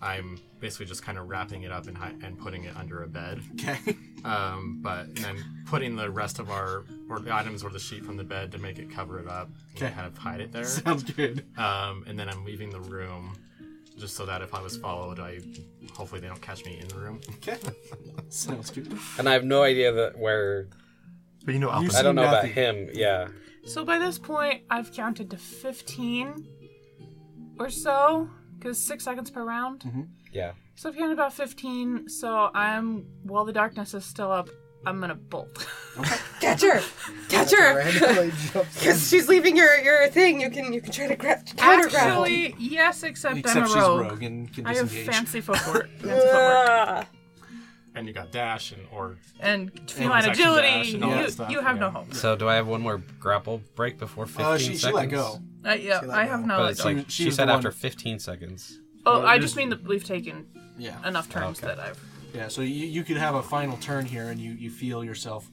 Speaker 2: I'm basically just kind of wrapping it up and hi- and putting it under a bed.
Speaker 1: (laughs) Okay.
Speaker 2: Um, but and then putting the rest of our or the items or the sheet from the bed to make it cover it up. and
Speaker 1: Okay.
Speaker 2: Kind of hide it
Speaker 1: (laughs)
Speaker 2: there.
Speaker 1: Sounds good.
Speaker 2: Um, and then I'm leaving the room, just so that if I was followed, I hopefully they don't catch me in the room.
Speaker 1: Okay. Sounds good.
Speaker 11: And I have no idea that where.
Speaker 6: But you know, Alpha.
Speaker 11: I don't know about
Speaker 1: nothing.
Speaker 11: him. Yeah.
Speaker 5: So by this point, I've counted to 15 or so, because six seconds per round.
Speaker 11: Yeah.
Speaker 5: So I've counted about 15, so I'm, while the darkness is still up, I'm gonna bolt. (laughs)
Speaker 8: Catch her! Catch her!
Speaker 3: Randomly jumps.
Speaker 8: Because she's leaving your, your thing. You can you can try to gra- counter grapple. (laughs)
Speaker 5: Actually, yes, except,
Speaker 1: Except
Speaker 5: I'm a
Speaker 1: she's
Speaker 5: rogue.
Speaker 1: rogue and can
Speaker 5: I have
Speaker 1: disengage.
Speaker 11: (laughs)
Speaker 5: fancy footwork, fancy footwork.
Speaker 8: Ah.
Speaker 2: (laughs) And you got dash and or
Speaker 5: and
Speaker 2: bonus
Speaker 5: feline
Speaker 2: action dash
Speaker 5: agility.
Speaker 2: and all that
Speaker 5: You,
Speaker 2: stuff,
Speaker 5: you have no
Speaker 2: yeah.
Speaker 5: hope.
Speaker 11: So do I have one more grapple break before fifteen
Speaker 1: Uh, she,
Speaker 11: seconds?
Speaker 1: she let go.
Speaker 5: Uh, yeah,
Speaker 3: let
Speaker 5: I
Speaker 3: go.
Speaker 5: have no.
Speaker 11: But it's
Speaker 5: agility.
Speaker 11: like
Speaker 1: she
Speaker 11: she,
Speaker 1: was
Speaker 11: said
Speaker 1: the
Speaker 11: after
Speaker 1: one-
Speaker 11: fifteen seconds.
Speaker 5: oh, I just mean that we've taken
Speaker 1: Yeah.
Speaker 5: enough turns
Speaker 11: Oh, Okay.
Speaker 5: that I've.
Speaker 1: Yeah. So you, you could have a final turn here, and you, you feel yourself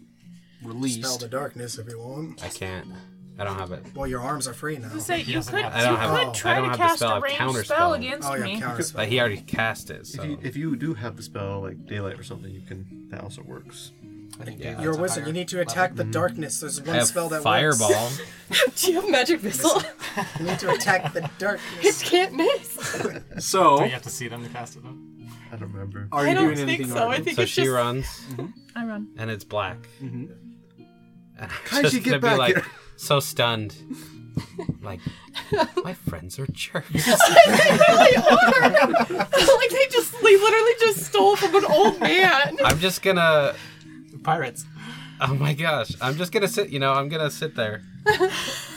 Speaker 3: Spell
Speaker 1: released.
Speaker 3: the darkness if you want.
Speaker 11: I can't. I don't have it.
Speaker 3: Well, your arms are free now.
Speaker 5: To say you could,
Speaker 11: I don't
Speaker 5: you
Speaker 11: have-
Speaker 5: could
Speaker 11: I
Speaker 5: try
Speaker 11: don't
Speaker 5: to
Speaker 11: have the
Speaker 5: cast
Speaker 11: spell, I
Speaker 5: a
Speaker 11: have
Speaker 5: ranged
Speaker 11: counter
Speaker 5: spell
Speaker 11: spell.
Speaker 5: against
Speaker 3: Oh,
Speaker 5: me.
Speaker 3: yeah, counter spell.
Speaker 11: But he already cast it. So
Speaker 9: If you, if you do have the spell like daylight or something, you can. That also works.
Speaker 1: I think
Speaker 11: Yeah.
Speaker 1: that's Mm-hmm.
Speaker 3: You're a
Speaker 1: a
Speaker 3: wizard.
Speaker 1: higher
Speaker 3: You need to
Speaker 1: level.
Speaker 3: attack the darkness. There's
Speaker 11: I
Speaker 3: one
Speaker 11: have
Speaker 3: spell that works.
Speaker 11: fireball. (laughs)
Speaker 10: Do you have magic missile?
Speaker 3: You need to attack the darkness.
Speaker 10: it can't miss.
Speaker 2: do
Speaker 1: So
Speaker 2: you have to see them to cast it though?
Speaker 9: I don't remember.
Speaker 1: are
Speaker 10: I
Speaker 1: you
Speaker 10: don't
Speaker 1: doing
Speaker 10: think
Speaker 1: anything?
Speaker 10: so. I
Speaker 1: Arden?
Speaker 10: think-
Speaker 11: so
Speaker 10: it's
Speaker 11: she
Speaker 10: just- Mm-hmm.
Speaker 11: runs,
Speaker 5: I run.
Speaker 11: and it's black.
Speaker 3: Mm-hmm.
Speaker 11: And I'm
Speaker 9: How'd
Speaker 11: just
Speaker 9: you get
Speaker 11: gonna
Speaker 9: back
Speaker 11: be like
Speaker 9: here?
Speaker 11: so stunned.
Speaker 3: (laughs)
Speaker 11: Like my friends are
Speaker 8: (laughs)
Speaker 11: jerks.
Speaker 10: like they just, they literally just stole from an old man.
Speaker 11: I'm just gonna.
Speaker 2: Pirates.
Speaker 11: Oh my gosh! I'm just gonna sit. You know, I'm gonna sit there.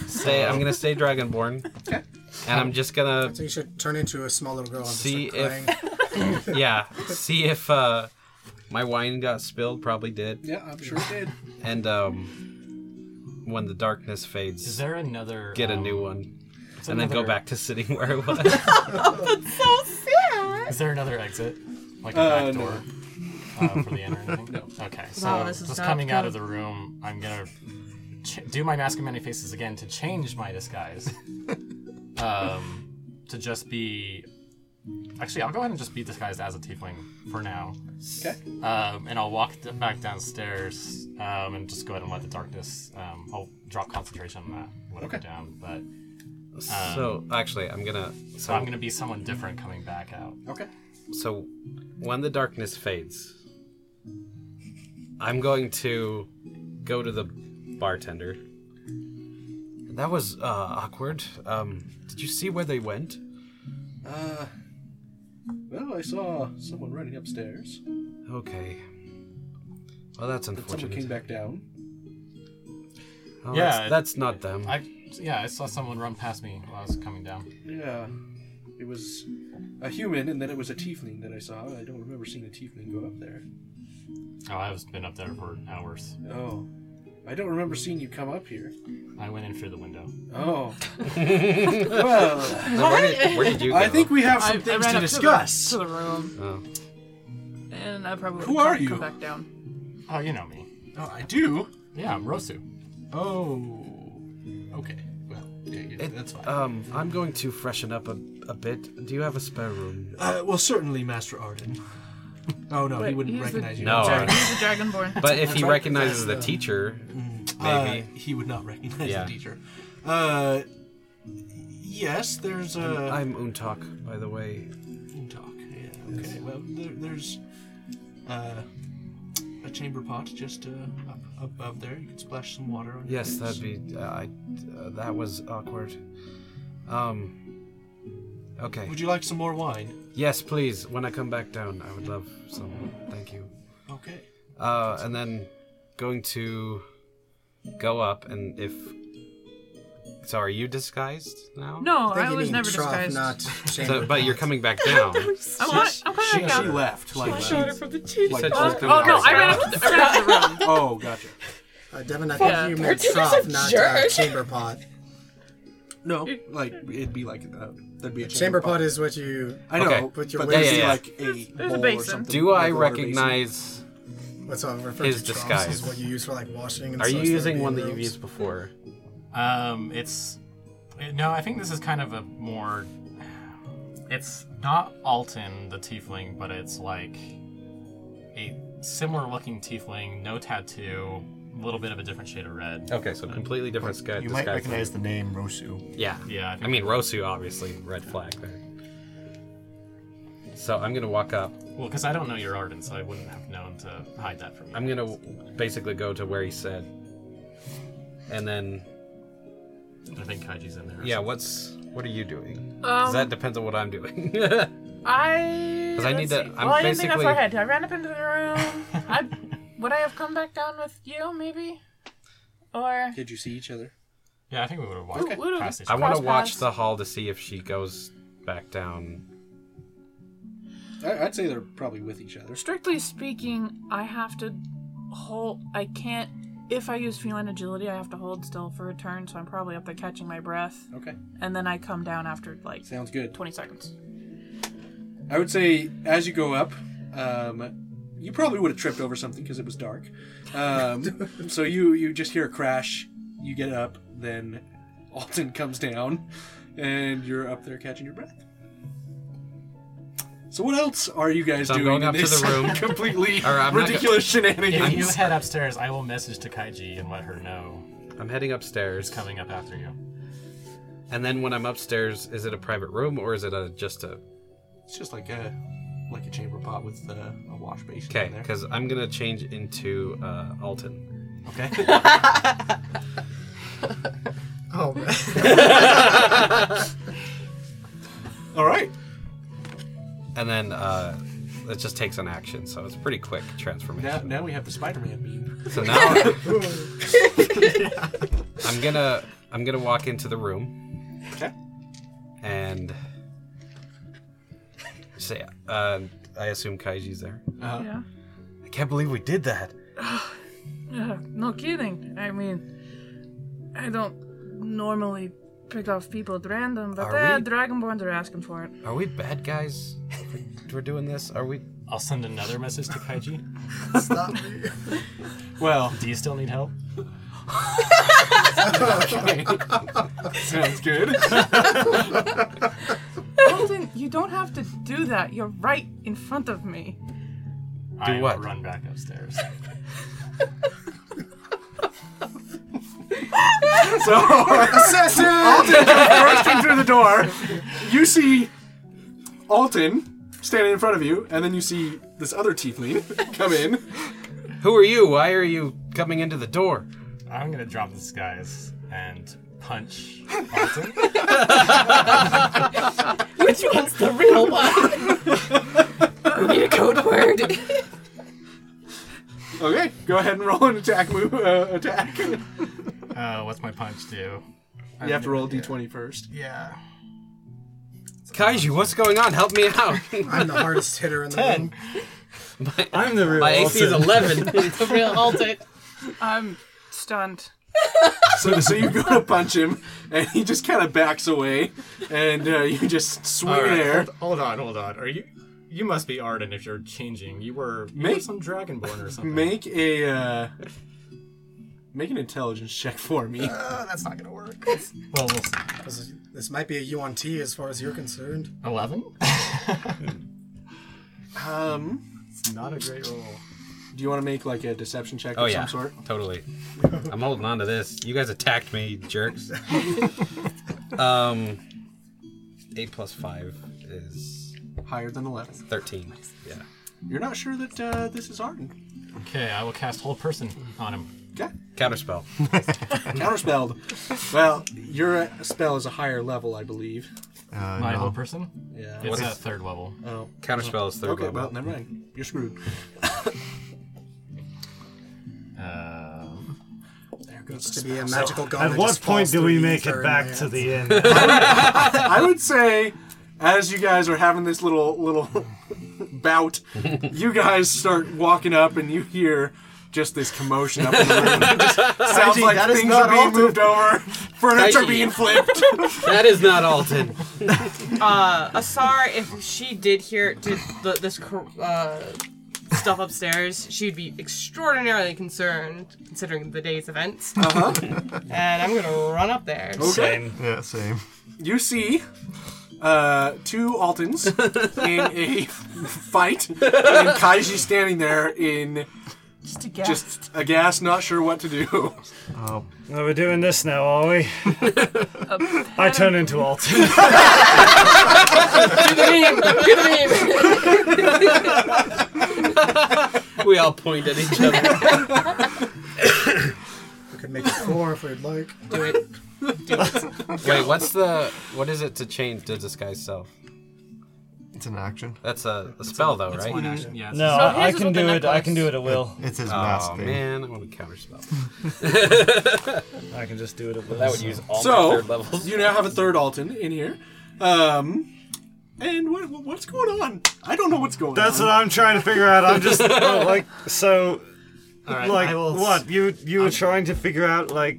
Speaker 11: Stay. I'm gonna stay dragonborn. And I'm just gonna
Speaker 3: So you should turn into a small little girl and
Speaker 11: See
Speaker 3: just start
Speaker 11: if-
Speaker 3: crying.
Speaker 11: (laughs) yeah see if uh my wine got spilled. Probably did.
Speaker 1: Yeah, I'm sure it did.
Speaker 11: And um, when the darkness fades,
Speaker 2: Is there another?
Speaker 11: get a
Speaker 2: um,
Speaker 11: new one,
Speaker 2: it's
Speaker 11: and then go
Speaker 2: another-
Speaker 11: back to sitting where it was.
Speaker 10: So sad.
Speaker 2: Is there another exit, like a
Speaker 1: Uh,
Speaker 2: back
Speaker 1: no.
Speaker 2: door uh, for the end or anything? no. Okay, so
Speaker 10: Wow, this is
Speaker 2: just
Speaker 10: not
Speaker 2: coming out of
Speaker 10: good.
Speaker 2: the room, I'm gonna ch- do my mask of many faces again to change my disguise, um, to just be. Actually, I'll go ahead and just be disguised as a tiefling (laughs) for now. Okay. Um, and I'll walk d- back downstairs um, and just go ahead and let the darkness. Um, I'll drop concentration on that, whatever down. But
Speaker 11: so actually, I'm gonna. So
Speaker 2: Um, so I'm gonna be someone different coming back out.
Speaker 1: Okay.
Speaker 11: So, when the darkness fades, I'm going to go to the bartender. That was uh, awkward. Um, did you see where they went?
Speaker 1: Uh, well, I saw someone running upstairs.
Speaker 11: Okay. Well, that's
Speaker 1: Then someone
Speaker 11: unfortunate.
Speaker 1: came back down.
Speaker 11: Oh,
Speaker 2: Yeah,
Speaker 11: that's, that's not them.
Speaker 2: I yeah, I saw someone run past me while I was coming down.
Speaker 1: Yeah. It was a human, and then it was a tiefling that I saw. I don't remember seeing a tiefling go up there.
Speaker 2: Oh, I've been up there for hours.
Speaker 1: Oh, I don't remember seeing you come up here.
Speaker 2: I went in through the window.
Speaker 11: (laughs)
Speaker 1: Oh.
Speaker 11: Uh,
Speaker 1: well,
Speaker 2: Where did- where did you
Speaker 1: I
Speaker 2: go?
Speaker 1: think we have some
Speaker 5: I- I
Speaker 1: things
Speaker 5: ran
Speaker 1: to
Speaker 5: up to the-
Speaker 1: discuss.
Speaker 5: to the room. And I probably
Speaker 1: Who
Speaker 5: would've
Speaker 1: are
Speaker 5: come-
Speaker 1: you?
Speaker 5: Come back down.
Speaker 2: Oh, you know me.
Speaker 1: Oh, I do.
Speaker 2: Yeah, I'm Rosu.
Speaker 1: Oh.
Speaker 2: Okay. Well, yeah, yeah, that's fine.
Speaker 11: Um, I'm going to freshen up a, a bit. Do you have a spare room?
Speaker 1: Uh, well, certainly, Master Arden. (laughs) Oh no, he
Speaker 5: Wait,
Speaker 1: wouldn't
Speaker 5: he's the-
Speaker 1: recognize you.
Speaker 11: No,
Speaker 1: I'm sorry.
Speaker 5: He's a dragonborn.
Speaker 11: But if
Speaker 1: That's
Speaker 11: he
Speaker 1: right,
Speaker 11: recognizes the Mm.
Speaker 1: that's the-
Speaker 11: teacher,
Speaker 1: Uh,
Speaker 11: maybe.
Speaker 1: he would not recognize
Speaker 11: Yeah.
Speaker 1: the teacher. Uh, yes, there's a.
Speaker 11: I'm Untak, by the way.
Speaker 1: talk. Yeah. Okay. Well, there, there's uh, a chamber pot just uh, up above there. You can splash some water on. your
Speaker 11: Yes,
Speaker 1: face.
Speaker 11: that'd be. Uh, I, uh, that was awkward. Um. Okay.
Speaker 1: Would you like some more wine?
Speaker 11: Yes, please. When I come back down, I would love some. Thank you.
Speaker 1: Okay.
Speaker 11: Uh, and then going to go up, and if. So are you disguised now?
Speaker 5: No,
Speaker 3: I think
Speaker 5: I
Speaker 3: you
Speaker 5: was
Speaker 3: mean
Speaker 5: never
Speaker 3: trough,
Speaker 5: disguised.
Speaker 3: not
Speaker 11: So,
Speaker 3: chamber
Speaker 11: but you're
Speaker 3: pot.
Speaker 2: (laughs)
Speaker 11: coming back down.
Speaker 5: I'm, on, I'm coming
Speaker 1: She,
Speaker 5: back down.
Speaker 1: she left. Like,
Speaker 10: Shot her from the chin.
Speaker 11: You said she
Speaker 5: Oh,
Speaker 11: was
Speaker 5: oh,
Speaker 11: coming
Speaker 5: no,
Speaker 11: back
Speaker 5: I ran
Speaker 11: down.
Speaker 5: up to the, I
Speaker 3: (laughs)
Speaker 5: ran up to the room.
Speaker 1: (laughs) oh, gotcha.
Speaker 3: Uh, Devin, I think
Speaker 5: Yeah.
Speaker 3: you meant
Speaker 10: Arthur's
Speaker 3: trough,
Speaker 10: a
Speaker 3: not
Speaker 10: jerk.
Speaker 3: uh, chamber pot.
Speaker 1: No, like it'd be like uh, that'd be a chamber,
Speaker 3: Chamber pot is what you.
Speaker 1: I know,
Speaker 11: Okay.
Speaker 1: but
Speaker 3: With
Speaker 1: you're
Speaker 3: your
Speaker 1: but
Speaker 3: waist-
Speaker 1: that'd be
Speaker 11: Yeah, yeah, yeah.
Speaker 1: like a
Speaker 5: There's a
Speaker 1: bowl or
Speaker 5: basin.
Speaker 1: something.
Speaker 11: Do I
Speaker 1: like a water basin.
Speaker 11: recognize?
Speaker 3: What's all referred
Speaker 11: His
Speaker 3: to troughs
Speaker 11: disguise.
Speaker 3: Is what you use for like washing. And
Speaker 11: Are you
Speaker 3: such
Speaker 11: using
Speaker 3: therapy
Speaker 11: one
Speaker 3: and
Speaker 11: that you've
Speaker 3: robes.
Speaker 11: used before?
Speaker 2: Um, it's no, I think this is kind of a more. It's not Alton the tiefling, but it's like a similar looking tiefling, no tattoo, a little bit of a different shade of red.
Speaker 11: Okay, so completely different sky.
Speaker 6: You might
Speaker 11: disguise.
Speaker 6: recognize the name Rosu.
Speaker 11: Yeah.
Speaker 2: Yeah, I
Speaker 11: I
Speaker 2: think-
Speaker 11: mean, Rosu, obviously, red flag there. So I'm gonna walk up.
Speaker 2: Well, because I don't know your Arden, so I wouldn't have known to hide that from you.
Speaker 11: I'm gonna basically go to where he said, and then
Speaker 2: I think Kaiji's in there.
Speaker 11: yeah, what's what are you doing? 'Cause
Speaker 5: Um,
Speaker 11: that depends on what I'm doing. (laughs)
Speaker 5: I.
Speaker 11: 'Cause I need
Speaker 5: let's
Speaker 11: to-
Speaker 5: see.
Speaker 11: I'm
Speaker 5: well, I didn't think that's
Speaker 11: basically-
Speaker 5: what I had. I ran up into
Speaker 11: (laughs)
Speaker 5: the room. I would I have come back down with you maybe, or
Speaker 1: Did you see each other?
Speaker 2: Yeah, I think we would have watched
Speaker 5: Okay. Would've-
Speaker 2: past each
Speaker 11: I
Speaker 2: other.
Speaker 11: want to
Speaker 5: Cross
Speaker 11: watch
Speaker 5: paths.
Speaker 11: the hall to see if she goes back down.
Speaker 1: I, I'd say they're probably with each other.
Speaker 5: strictly speaking, I have to hold. I can't. If I use feline agility, I have to hold still for a turn, so I'm probably up there catching my breath,
Speaker 1: Okay,
Speaker 5: and then I come down after like
Speaker 1: sounds good.
Speaker 5: 20 seconds.
Speaker 1: I would say as you go up, um, you probably would have tripped over something because it was dark. (laughs) Um, so you you just hear a crash. You get up, then Alton (laughs) comes down, and you're up there catching your breath. So what else are you guys
Speaker 11: So I'm
Speaker 1: doing
Speaker 11: going
Speaker 1: in
Speaker 11: up to
Speaker 1: (laughs) this
Speaker 11: the (laughs) room.
Speaker 2: (laughs)
Speaker 1: completely
Speaker 11: Or I'm not
Speaker 1: ridiculous
Speaker 2: If you
Speaker 1: shenanigans?
Speaker 2: head upstairs, I will message to Kaiji and let her know
Speaker 11: I'm heading upstairs.
Speaker 2: who's coming up after you.
Speaker 11: And then when I'm upstairs, is it a private room or is it a just a
Speaker 1: It's just like a like a chamber pot with uh, a wash basin
Speaker 11: okay?
Speaker 1: in there.
Speaker 11: Because I'm gonna change into uh, Alton.
Speaker 1: Okay. (laughs)
Speaker 3: Oh, right.
Speaker 11: (laughs)
Speaker 1: All right.
Speaker 11: (laughs) and then uh, it just takes an action, so it's a pretty quick
Speaker 1: Now,
Speaker 11: transformation.
Speaker 1: now we have the Spider-Man meme.
Speaker 11: So now (laughs) I'm gonna I'm gonna walk into the room
Speaker 1: Okay.
Speaker 11: and say, uh, I assume Kaiji's there.
Speaker 1: Uh,
Speaker 5: Yeah.
Speaker 11: I can't believe we did that.
Speaker 5: Yeah, (sighs) no kidding. I mean, I don't normally pick off people at random, but
Speaker 11: Are
Speaker 5: the
Speaker 11: we-
Speaker 5: Dragonborns are asking for it.
Speaker 11: Are we bad guys? for- for doing this? Are we?
Speaker 2: I'll send another message to Kaiji.
Speaker 3: Stop me.
Speaker 1: Well,
Speaker 2: Do you still need help?
Speaker 1: (laughs) sounds (laughs) good.
Speaker 5: Holden, you don't have to do that. You're right in front of me.
Speaker 2: I will
Speaker 11: what?
Speaker 2: run back upstairs.
Speaker 1: Alton comes rushing through the door. You see Alton standing in front of you, and then you see this other tiefling come in.
Speaker 11: Who are you? Why are you coming into the door?
Speaker 2: I'm gonna drop the skies and punch Alton.
Speaker 10: Which one's the real one?
Speaker 1: (laughs)
Speaker 10: we need a code word.
Speaker 1: Okay, go ahead and roll an attack move. Uh, attack. You
Speaker 2: uh, what's my punch do?
Speaker 11: (laughs)
Speaker 1: have to roll a d20 first.
Speaker 2: Yeah.
Speaker 11: Kaiju, what's going on? Help me out.
Speaker 3: I'm the hardest hitter in the
Speaker 11: Ten.
Speaker 3: room.
Speaker 11: I'm the real My AC is Alton. 11. The real
Speaker 8: Alton.
Speaker 5: I'm stunned.
Speaker 1: So, so you go to punch him, and he just kind of backs away, and uh, you just swing
Speaker 2: All right,
Speaker 1: there.
Speaker 2: Hold, hold on, hold on. Are you? You must be Arden if you're changing. You were you were
Speaker 1: Make-
Speaker 2: some dragonborn
Speaker 1: (laughs)
Speaker 2: or something.
Speaker 1: Make a uh, make an intelligence check for me.
Speaker 3: (laughs) Uh, that's not gonna work.
Speaker 2: well, we'll see.
Speaker 3: This, is- this might be a U on T as far as you're concerned.
Speaker 11: (laughs)
Speaker 2: Eleven.
Speaker 11: Hmm.
Speaker 6: (laughs)
Speaker 1: Um,
Speaker 2: it's not a great roll.
Speaker 1: Do you want to make like a deception check
Speaker 11: Oh
Speaker 1: of
Speaker 11: yeah,
Speaker 1: some sort? (laughs)
Speaker 11: totally. I'm holding on to this. You guys attacked me,
Speaker 1: (laughs)
Speaker 11: you jerks. um, eight plus five is
Speaker 1: higher than eleven.
Speaker 11: Thirteen. Yeah.
Speaker 1: You're not sure that uh, this is (laughs) Arden.
Speaker 2: Okay, I will cast whole person on him.
Speaker 1: Okay.
Speaker 11: Counterspell.
Speaker 1: Counterspelled. Well, your uh, spell is a higher level, I believe.
Speaker 6: Uh,
Speaker 2: My whole person.
Speaker 1: Yeah.
Speaker 2: It's at third level.
Speaker 1: Oh.
Speaker 11: Counterspell is third
Speaker 1: okay,
Speaker 11: level.
Speaker 1: well, never mind. You're screwed. (laughs)
Speaker 2: Um,
Speaker 1: there goes
Speaker 3: to be a magical gun.
Speaker 7: At
Speaker 3: that
Speaker 7: what
Speaker 3: just
Speaker 7: point
Speaker 3: falls
Speaker 7: do
Speaker 3: through
Speaker 7: we
Speaker 3: the
Speaker 7: make
Speaker 3: ether
Speaker 7: it
Speaker 3: in
Speaker 7: back
Speaker 3: my
Speaker 7: to
Speaker 3: hand.
Speaker 7: the end?
Speaker 1: I would say, as you guys are having this little little (laughs) bout, you guys start walking up, and you hear just this commotion up in the room. (laughs) It just sounds
Speaker 6: Kaiji,
Speaker 1: like
Speaker 6: that is
Speaker 1: things
Speaker 6: not
Speaker 1: are being
Speaker 6: Alton.
Speaker 1: moved over, (laughs) furniture
Speaker 11: Kaiji.
Speaker 1: being flipped.
Speaker 11: (laughs) that is not Alton.
Speaker 8: (laughs) uh, Asar, if she did hear did the, this cor- uh, stuff upstairs, she'd be extraordinarily concerned considering the day's events.
Speaker 1: Uh-huh.
Speaker 8: (laughs) and I'm gonna run up there.
Speaker 1: Same.
Speaker 6: Yeah, same.
Speaker 1: You see uh, two Altons in a fight, and Kaiji standing there in
Speaker 5: Just a
Speaker 1: just aghast, not sure what
Speaker 11: (laughs)
Speaker 1: to do.
Speaker 7: Oh. Well, we're doing this now, are we? I turn into alt.
Speaker 8: Do the meme! Do the
Speaker 11: (laughs) we all point at each other.
Speaker 3: (laughs) We could make it four if we'd like.
Speaker 11: Do it.
Speaker 3: (laughs)
Speaker 11: Wait, what's the what is it to change to disguise self?
Speaker 6: It's an action.
Speaker 11: That's a, a spell though, right?
Speaker 2: Yeah.
Speaker 7: No, I, I can do it. I can do it at will.
Speaker 6: It's his mask
Speaker 11: Oh
Speaker 6: thing.
Speaker 11: man, I want
Speaker 6: (laughs)
Speaker 11: to counterspell.
Speaker 7: (laughs) I can just do it at will.
Speaker 11: That would use all my
Speaker 1: So
Speaker 11: third levels.
Speaker 1: you now have a third Alton in here, um, and what, what's going on? I don't know what's going
Speaker 7: That's
Speaker 1: on.
Speaker 7: what I'm trying to figure out. I'm
Speaker 1: (laughs)
Speaker 2: (laughs)
Speaker 7: just uh, like so.
Speaker 2: right,
Speaker 7: like
Speaker 2: I will s-
Speaker 7: what you you were trying to figure out? Like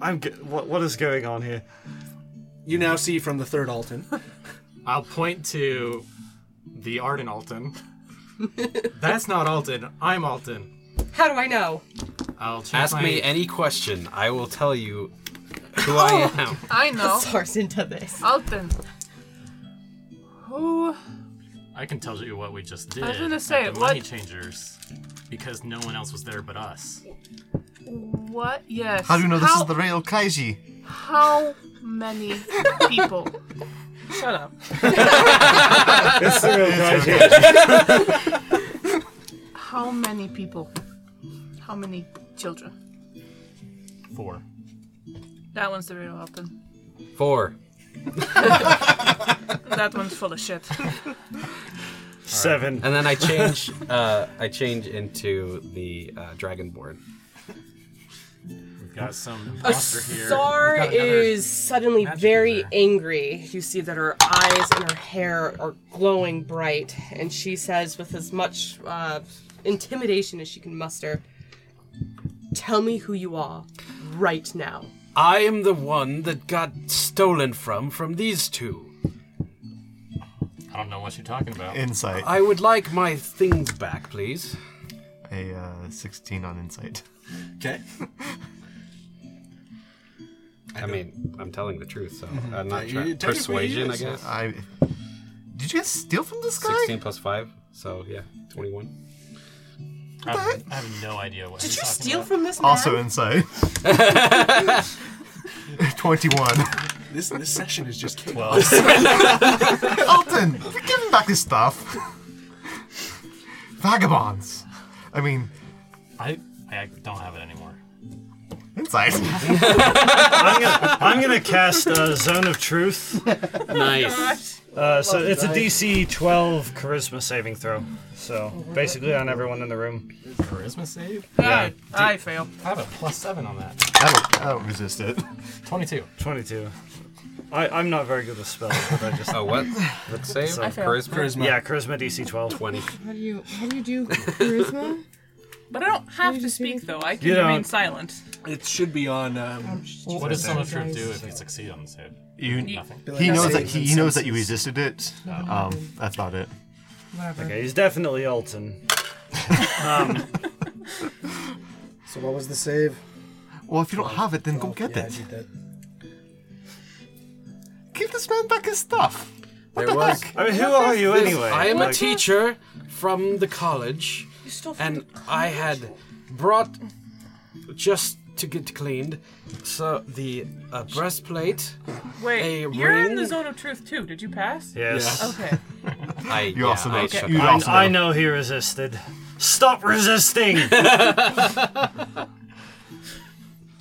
Speaker 7: I'm ge- what what is going on here?
Speaker 1: you now see from the third Alton.
Speaker 2: I'll point to the Arden
Speaker 5: (laughs)
Speaker 2: Alton. That's not Alton. I'm Alton.
Speaker 8: meme! How do I know?
Speaker 2: I'll change
Speaker 11: Ask
Speaker 2: my-
Speaker 11: me any question. I will tell you who I am.
Speaker 5: I know.
Speaker 8: Asar's into this.
Speaker 5: Alton. Who?
Speaker 2: I can tell you what we just did.
Speaker 5: I was gonna
Speaker 2: at
Speaker 5: say,
Speaker 2: the
Speaker 5: what-
Speaker 2: money changers, because no one else was there but us.
Speaker 5: What? Yes.
Speaker 6: How do you know this
Speaker 5: How-
Speaker 6: is the real Kaiji?
Speaker 5: How many people? Shut up.
Speaker 7: It's the real
Speaker 6: It's
Speaker 7: Kaiju.
Speaker 5: How many people? How many children?
Speaker 2: Four.
Speaker 5: That one's the real Alton.
Speaker 11: Four.
Speaker 5: That one's full of shit.
Speaker 7: Seven.
Speaker 11: And then I change. Uh, I change into the uh, dragonborn.
Speaker 2: We've got some imposter here. We've
Speaker 8: Asar
Speaker 2: got another-
Speaker 8: is suddenly
Speaker 2: magic
Speaker 8: very
Speaker 2: user.
Speaker 8: angry. You see that her eyes and her hair are glowing bright, and she says with as much uh, intimidation as she can muster, "Tell me who you are, right now."
Speaker 11: I am the one that got stolen from from these two.
Speaker 2: I don't know what you're talking about.
Speaker 6: Insight.
Speaker 11: I would like my things back, please.
Speaker 6: A uh, 16 on insight.
Speaker 1: Okay.
Speaker 11: I mean, I'm telling the truth, so
Speaker 6: Mm-hmm.
Speaker 11: I'm
Speaker 1: Uh,
Speaker 11: not
Speaker 1: you-
Speaker 11: trying.
Speaker 1: technically
Speaker 11: Persuasion, I
Speaker 1: it is.
Speaker 11: guess.
Speaker 6: I. Did you guys steal from this guy?
Speaker 11: Sixteen plus five, so yeah, twenty-one.
Speaker 2: I have, I have no idea what.
Speaker 8: Did
Speaker 2: he's
Speaker 8: you
Speaker 2: talking
Speaker 8: steal
Speaker 2: about.
Speaker 8: from this man?
Speaker 6: Also insight. 21.
Speaker 1: This this session is just chaos.
Speaker 6: Alton, we're giving back his stuff. Vagabonds. I mean,
Speaker 2: I I I don't have it anymore.
Speaker 3: (laughs)
Speaker 6: Insight.
Speaker 7: (laughs) I'm, gonna, I'm gonna cast uh, Zone of Truth.
Speaker 12: Nice.
Speaker 7: Uh, so
Speaker 12: Love
Speaker 7: it's a
Speaker 12: dice.
Speaker 7: DC 12 Charisma saving throw. So basically on everyone in the room.
Speaker 2: Charisma save?
Speaker 7: Yeah.
Speaker 12: Ah, I fail.
Speaker 2: I have a plus seven on that.
Speaker 7: I don't, I don't resist it. (laughs)
Speaker 2: 22.
Speaker 7: 22. I, I'm not very good with spells, but I just.
Speaker 13: Oh, what?
Speaker 7: But-
Speaker 13: save?
Speaker 7: so-
Speaker 13: I fail. Charisma?
Speaker 7: Yeah, charisma DC 12.
Speaker 13: 20.
Speaker 12: How do you how do you do charisma?
Speaker 5: But I don't have to speak though. I
Speaker 2: You
Speaker 5: can remain
Speaker 2: don't.
Speaker 5: silent.
Speaker 1: (laughs) It should be on. Um,
Speaker 2: what does Son of Truth do if you succeed on the save?
Speaker 6: You,
Speaker 2: Nothing.
Speaker 6: he knows that he, he knows that you resisted it. Um, that's about it.
Speaker 5: Whatever.
Speaker 7: Okay, he's definitely Alton. um,
Speaker 3: So what was the save?
Speaker 6: Well, if you don't have it, then go get
Speaker 3: yeah, I
Speaker 6: it.
Speaker 3: need that.
Speaker 6: Give this man back his stuff.
Speaker 4: What
Speaker 6: the
Speaker 4: was,
Speaker 6: heck? I mean, who are you anyway?
Speaker 4: I am a
Speaker 6: Like-
Speaker 4: teacher from the college, and I had brought just to get cleaned. So the uh, breastplate.
Speaker 5: Wait,
Speaker 4: a
Speaker 5: you're in the
Speaker 4: ring.
Speaker 5: zone of truth too. Did you pass?
Speaker 7: Yes. Yeah.
Speaker 5: Okay.
Speaker 4: I,
Speaker 7: You also know.
Speaker 4: shut
Speaker 7: you
Speaker 4: up.
Speaker 7: also know. I know he resisted. Stop resisting!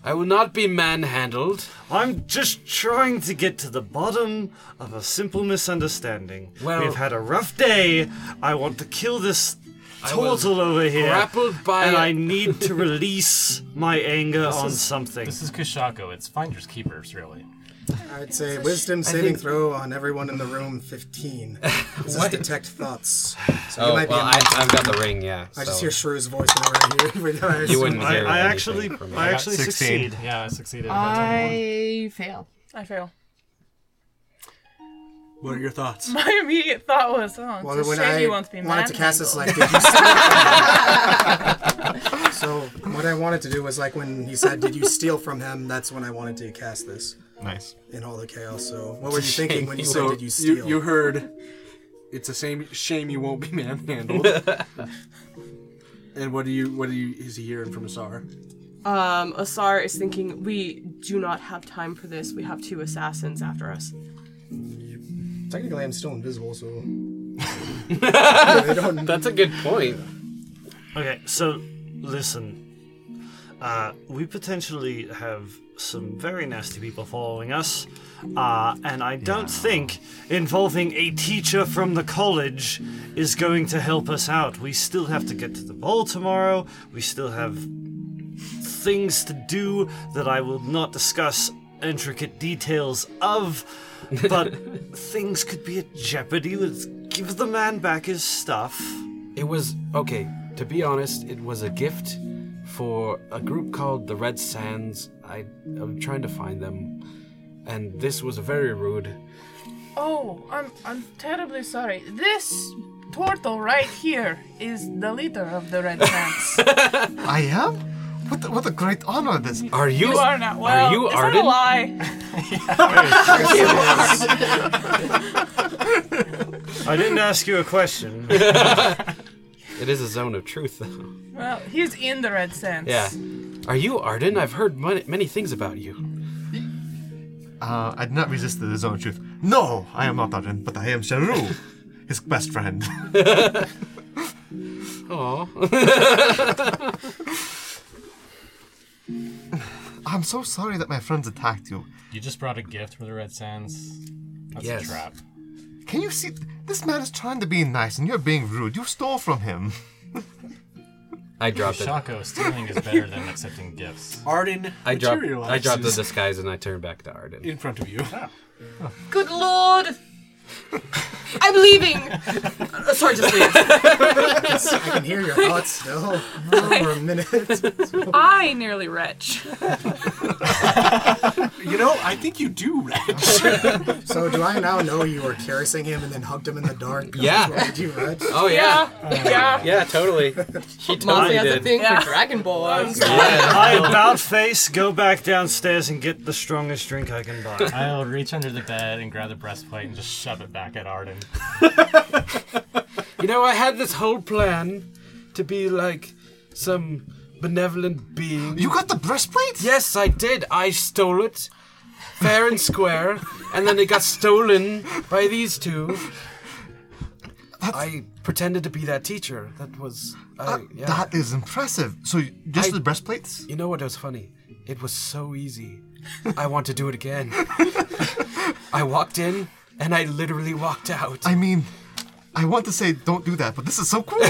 Speaker 4: I will not be manhandled.
Speaker 7: I'm just trying to get to the bottom of a simple misunderstanding.
Speaker 4: Well-
Speaker 7: We've had a rough day. I want to kill this
Speaker 4: I was
Speaker 7: turtle over here.
Speaker 4: grappled by
Speaker 7: and
Speaker 4: a-
Speaker 7: I need
Speaker 4: (laughs)
Speaker 7: to release my anger
Speaker 2: This
Speaker 7: on
Speaker 2: is-
Speaker 7: something.
Speaker 2: This is Kushako. It's finders keepers, really.
Speaker 3: I'd say wisdom saving throw on everyone in the room 15. This is detect thoughts. So
Speaker 4: Oh, well, I-
Speaker 3: among-
Speaker 4: I've got the ring, yeah,
Speaker 3: I just
Speaker 4: so-
Speaker 3: hear Shrew's voice in the room.
Speaker 4: You wouldn't
Speaker 7: I,
Speaker 4: hear
Speaker 7: I
Speaker 4: anything
Speaker 7: actually,
Speaker 4: from me.
Speaker 7: I actually succeed.
Speaker 2: Yeah, I succeeded.
Speaker 5: I fail. Um, I fail. (laughs)
Speaker 1: what are your thoughts?
Speaker 5: My immediate thought was, oh, it's
Speaker 3: Well,
Speaker 5: a
Speaker 3: when
Speaker 5: shame
Speaker 3: I
Speaker 5: he wants to be
Speaker 3: wanted to cast this, like, did
Speaker 5: manhandled. (laughs)
Speaker 3: you (laughs) steal? so what I wanted to do was like when he said, "Did you steal from him?" That's when I wanted to cast this.
Speaker 6: Nice.
Speaker 3: In all the chaos. So
Speaker 1: (laughs)
Speaker 3: what were you thinking when you said, "Did you steal?"
Speaker 1: You, heard, it's a same shame you won't be manhandled. (laughs) and what do you? What do you? Is he hearing from Asar?
Speaker 8: Um, Asar is thinking, we do not have time for this. We have two assassins after us.
Speaker 3: Technically, I'm still invisible, so.
Speaker 4: That's a good point.
Speaker 7: Okay, so listen. Uh, we potentially have some very nasty people following us, uh, and I don't think involving a teacher from the college is going to help us out. We still have to get to the ball tomorrow, we still have things to do that I will not discuss intricate details of, but things could be at jeopardy. Let's give the man back
Speaker 4: (laughs)
Speaker 7: his stuff.
Speaker 4: It was okay. To be honest, it was a gift for a group called the Red Sands. I I'm trying to find them, and this was very rude.
Speaker 5: Oh, I'm I'm terribly sorry. This turtle right here is the leader of the
Speaker 3: (laughs)
Speaker 5: Red Pants.
Speaker 6: I am. What, the, what a great honor! This
Speaker 4: are
Speaker 5: you are not well. is that a lie?
Speaker 3: (laughs)
Speaker 2: (laughs)
Speaker 7: I didn't ask you a question.
Speaker 11: (laughs)
Speaker 4: It is a zone of truth, though.
Speaker 5: Well, he's in the Red Sands.
Speaker 4: Yeah. Are you Arden? I've heard mon- many things about you.
Speaker 6: Uh, I did not resist the zone of truth. No, I am not Arjun, but I am
Speaker 4: (laughs)
Speaker 6: Sharu, his best friend.
Speaker 4: Aw.
Speaker 6: (laughs) I'm so sorry that my friends attacked you.
Speaker 2: You just brought a gift for the Red Sands. That's
Speaker 6: Yes.
Speaker 2: a trap.
Speaker 6: Can you see? This man is trying to be nice, and you're being rude. You stole from him.
Speaker 4: I dropped it.
Speaker 2: Kushako, stealing is better than accepting gifts.
Speaker 1: Arden
Speaker 4: I dropped. I
Speaker 1: materializes
Speaker 4: dropped the disguise and I turned back to Arden.
Speaker 1: in front of you.
Speaker 8: Good lord!
Speaker 2: (laughs)
Speaker 8: I'm leaving! Uh, Sorry,
Speaker 2: (laughs)
Speaker 8: just leave.
Speaker 3: (laughs) I can hear your thoughts still for a minute.
Speaker 5: (laughs) I nearly (laughs) retch.
Speaker 1: (laughs) You know, I think you do, Reg.
Speaker 3: (laughs) so do I now know you were caressing him and then hugged him in the dark?
Speaker 4: Yeah.
Speaker 3: Did you, Reg? Um,
Speaker 4: Oh yeah.
Speaker 5: Yeah.
Speaker 4: Yeah, totally. She
Speaker 7: Molly
Speaker 4: totally
Speaker 7: has a
Speaker 4: did.
Speaker 7: thing for Yeah.
Speaker 14: Dragon Ball.
Speaker 8: (laughs)
Speaker 7: I about face, go back downstairs and get the strongest drink I can buy.
Speaker 2: (laughs) I'll reach under the bed and grab the breastplate and just shove it back at Arden.
Speaker 4: You know, I had this whole plan to be like some benevolent being.
Speaker 6: You got the breastplate?
Speaker 4: Yes, I did. I stole it. Fair and square. and then it got stolen by these two. I pretended to be that teacher. That was. I, yeah.
Speaker 6: That is impressive. So y- just the breastplates?
Speaker 4: You know what was funny? It was so easy. I want to do
Speaker 6: (laughs)
Speaker 4: it again. I walked in and I literally walked out.
Speaker 6: I mean, I want to say don't do that, but this is so cool.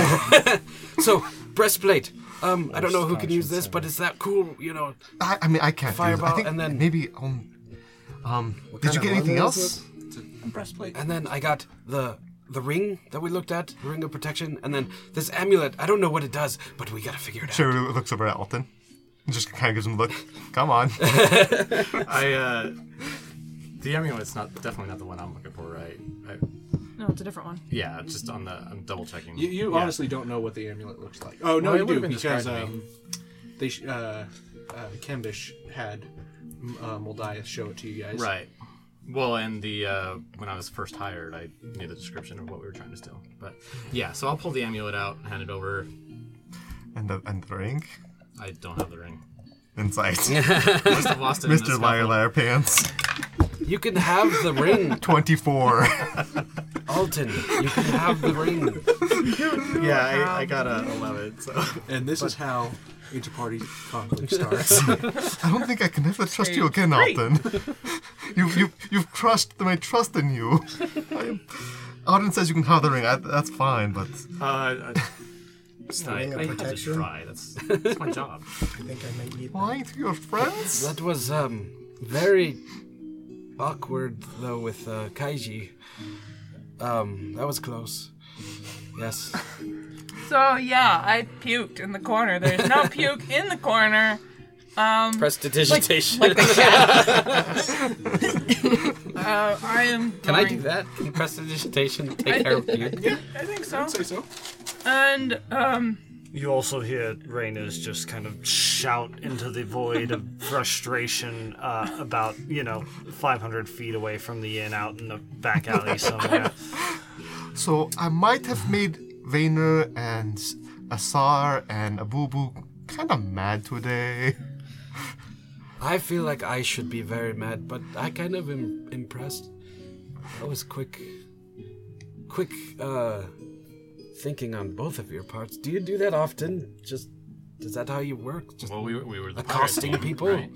Speaker 4: (laughs) so breastplate. Um, I don't know who can use this, but it's that cool, you know.
Speaker 6: I, I mean, I can't. do
Speaker 4: Fireball,
Speaker 6: this. I think
Speaker 4: and then
Speaker 6: maybe um, um. Did
Speaker 4: kind
Speaker 6: you
Speaker 4: of
Speaker 6: get anything
Speaker 4: leather is
Speaker 6: else?
Speaker 1: breastplate.
Speaker 4: And then I got the the ring that we looked at, the ring of protection, and then this amulet. I don't know what it does, but we gotta figure it out.
Speaker 6: Sure, looks over at Alton. and Just kind of gives him a (laughs) look. Come on.
Speaker 2: (laughs) I uh, the amulet's not definitely not the one I'm looking for, right? I,
Speaker 15: No, it's a different one.
Speaker 2: yeah, just on the I'm double checking.
Speaker 1: You, you
Speaker 2: Yeah.
Speaker 1: honestly don't know what the amulet looks like. Oh no,
Speaker 2: Well, it
Speaker 1: you do
Speaker 2: would've been
Speaker 1: because
Speaker 2: described to
Speaker 1: um, they sh- uh, uh, Kembish had m- uh, Moldias show it to you guys.
Speaker 2: Right. Well, and the uh, when I was first hired, I knew the description of what we were trying to steal. But yeah, so I'll pull the amulet out, hand it over.
Speaker 6: And the and the ring.
Speaker 2: I don't have the ring.
Speaker 6: Insight.
Speaker 2: Must have lost it in the
Speaker 6: Mr. Liar
Speaker 2: scuffle.
Speaker 6: Liar Pants.
Speaker 4: You can have the ring,
Speaker 6: (laughs) Twenty-four.
Speaker 4: Alton. You can have the
Speaker 6: (laughs)
Speaker 4: ring.
Speaker 1: Yeah,
Speaker 4: I- I
Speaker 1: got a eleven. So. And this is how inter-party conflict starts.
Speaker 6: (laughs) I don't think I can ever trust you
Speaker 1: Okay,
Speaker 6: again,
Speaker 1: great.
Speaker 6: Alton. you, you, you've crushed my trust in you. I, Alton says you can have the ring. I, that's fine, but
Speaker 2: Uh, I,
Speaker 6: It's
Speaker 2: I,
Speaker 6: the ring of
Speaker 2: I had to
Speaker 6: protection.
Speaker 2: try. That's, that's my
Speaker 4: (laughs)
Speaker 2: job.
Speaker 3: I think I might need
Speaker 6: lying to your friends.
Speaker 4: That was um very awkward though with uh, Kaiji. Um, that was close. Yes.
Speaker 5: So yeah, I puked in the corner. There's
Speaker 1: (laughs)
Speaker 5: no puke in the corner. Um,
Speaker 4: Prestidigitation.
Speaker 5: Like, like the
Speaker 11: (laughs)
Speaker 5: cat. (laughs)
Speaker 4: (laughs)
Speaker 5: uh, I am.
Speaker 11: Can I
Speaker 5: going-
Speaker 11: do that? Can prestidigitation
Speaker 5: I-
Speaker 11: take care of you?
Speaker 5: Yeah, I think so. I'd
Speaker 1: say so.
Speaker 5: And um,
Speaker 7: You also hear Rainers just kind of shout into the void of frustration uh, about, you know, 500 feet away from the inn out in the back alley
Speaker 8: (laughs)
Speaker 7: somewhere.
Speaker 6: So I might have made Vayner and Asar and Abubu kind of mad today.
Speaker 4: I feel like I should be very mad, but I kind of am impressed. That was quick, quick uh, thinking on both of your parts. Do you do that often? Just is that how you work? Just
Speaker 2: Well, we, were- we were the
Speaker 4: accosting
Speaker 2: pirate team,
Speaker 4: people.
Speaker 2: right?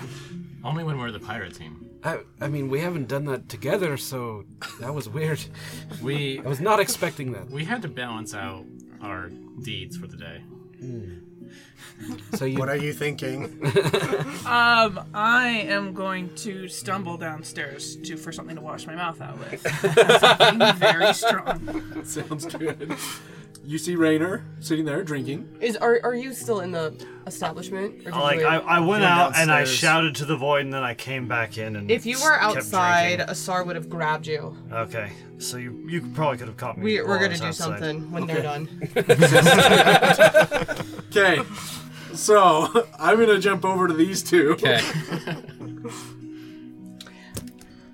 Speaker 2: (laughs) Only when we we're the pirate team.
Speaker 4: I, I mean, we haven't done that together, so that was weird.
Speaker 2: We
Speaker 4: I was not expecting that.
Speaker 2: We had to balance out our deeds for the day.
Speaker 4: So you,
Speaker 3: What are you
Speaker 4: (laughs)
Speaker 3: thinking?
Speaker 5: um, I am going to stumble downstairs to for something to wash my mouth
Speaker 11: (laughs)
Speaker 5: out with. something very strong.
Speaker 1: (laughs) Sounds good. You see Raynor sitting there drinking.
Speaker 8: Is are, are you still in the establishment? Or did you
Speaker 7: like,
Speaker 8: leave?
Speaker 7: I, I went
Speaker 3: Went
Speaker 7: out and I
Speaker 3: downstairs.
Speaker 7: shouted to the void and then I came back in and.
Speaker 8: If you were
Speaker 7: kept
Speaker 8: outside, uh,
Speaker 7: drinking.
Speaker 8: Asar would have grabbed you.
Speaker 7: Okay, so you, you probably could have caught me.
Speaker 8: We,
Speaker 7: while
Speaker 8: we're
Speaker 7: I
Speaker 8: gonna
Speaker 7: was
Speaker 8: do
Speaker 7: outside.
Speaker 8: something when they're done.
Speaker 7: (laughs)
Speaker 8: (laughs)
Speaker 1: Okay. So I'm gonna jump over to these two.
Speaker 11: Okay.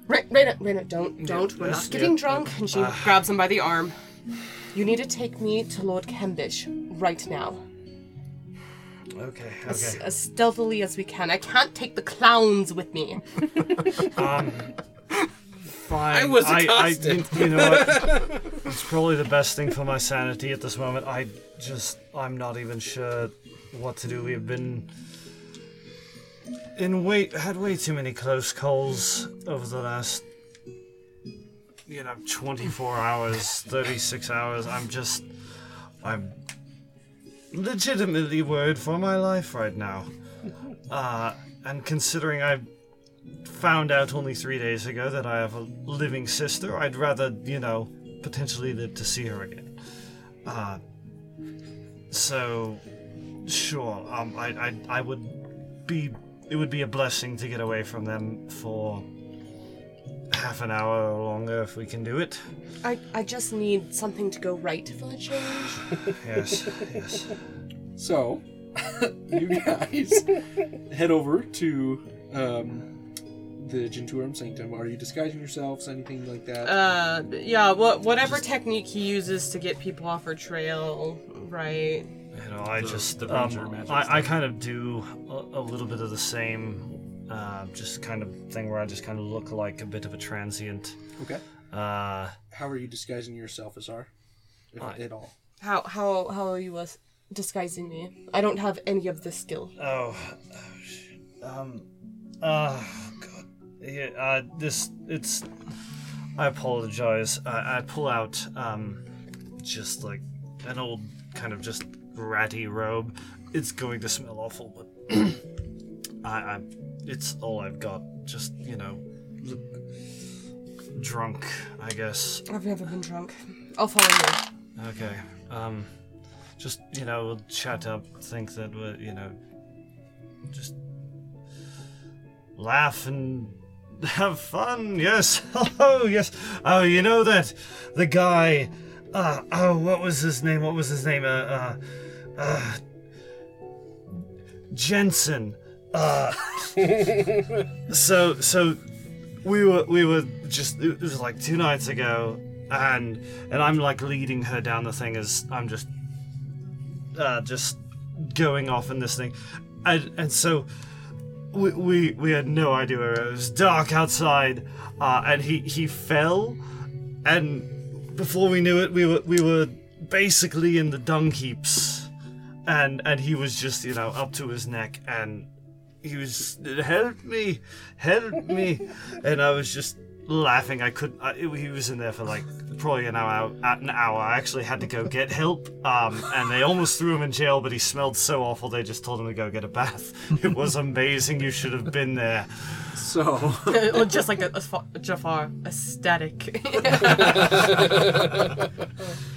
Speaker 8: Right, Raina, Raina, don't, don't. We're
Speaker 1: yes,
Speaker 8: not getting
Speaker 1: yeah.
Speaker 8: drunk. And she
Speaker 1: Ah.
Speaker 8: grabs him by the arm. You need to take me to Lord Kembish right now,
Speaker 7: Okay,
Speaker 8: as,
Speaker 7: okay.
Speaker 8: as stealthily as we can. I can't take the clowns with me.
Speaker 7: Um, fine.
Speaker 11: I was
Speaker 7: you,
Speaker 11: accosted.
Speaker 7: you know what? It's probably the best thing for my sanity at this moment. I just, I'm not even sure what to do. We've been in way, had way too many close calls over the last, you know, 24 hours, 36 hours. I'm just, I'm legitimately worried for my life right now. Uh, and considering I've found out only three days ago that I have a living sister, I'd rather, you know, potentially live to see her again. Uh, so, sure, um, I, I, I would be. It would be a blessing to get away from them for half an hour or longer if we can do it. (laughs)
Speaker 8: I, I just need something to go right for a change.
Speaker 7: Yes, yes.
Speaker 1: So, (laughs) you guys head over to um, the Genturum Sanctum. Are you disguising yourselves, anything like that?
Speaker 8: Uh, yeah. What, whatever technique he uses to get people off her trail, right?
Speaker 7: You know, I
Speaker 2: The-
Speaker 7: just
Speaker 2: the
Speaker 7: um,
Speaker 2: ranger magic
Speaker 7: I, I
Speaker 2: stuff.
Speaker 7: kind of do a, a little bit of the same, uh, just kind of thing where I just kind of look like a bit of a transient.
Speaker 1: Okay.
Speaker 7: Uh,
Speaker 1: How are you disguising yourself, Azar? if at all.
Speaker 8: How how how are you uh, disguising me? I don't have any of this skill.
Speaker 7: Oh, um, uh, God, yeah, uh, this, it's, I apologize. I, I pull out, um, just like an old kind of just ratty robe. It's going to smell awful, but (clears throat) I, I, it's all I've got. Just, you know, look drunk, I guess.
Speaker 8: I've never been drunk. I'll follow you.
Speaker 7: Okay. Um, just you know, we'll chat up. Think that we're you know, just laugh and (laughs) have fun. Yes. (laughs) Oh yes. Oh, you know that the guy. Uh, oh, what was his name? What was his name? Uh, uh, uh Jensen. Uh,
Speaker 4: (laughs)
Speaker 7: so so we were we were just it was like two nights ago and and I'm like leading her down the thing as I'm just uh, just going off in this thing and and so we we, we had no idea where it was dark outside uh, and he he fell and before we knew it we were we were basically in the dung heaps and and he was just you know up to his neck and he was help me help me and i was just laughing i couldn't I, he was in there for like probably an hour an hour i actually had to go get help um, and they almost threw him in jail but he smelled so awful they just told him to go get a bath (laughs) it was amazing you should have been there
Speaker 1: so
Speaker 8: Look just like that, Asfa- Jafar, (laughs) ecstatic.
Speaker 1: (laughs)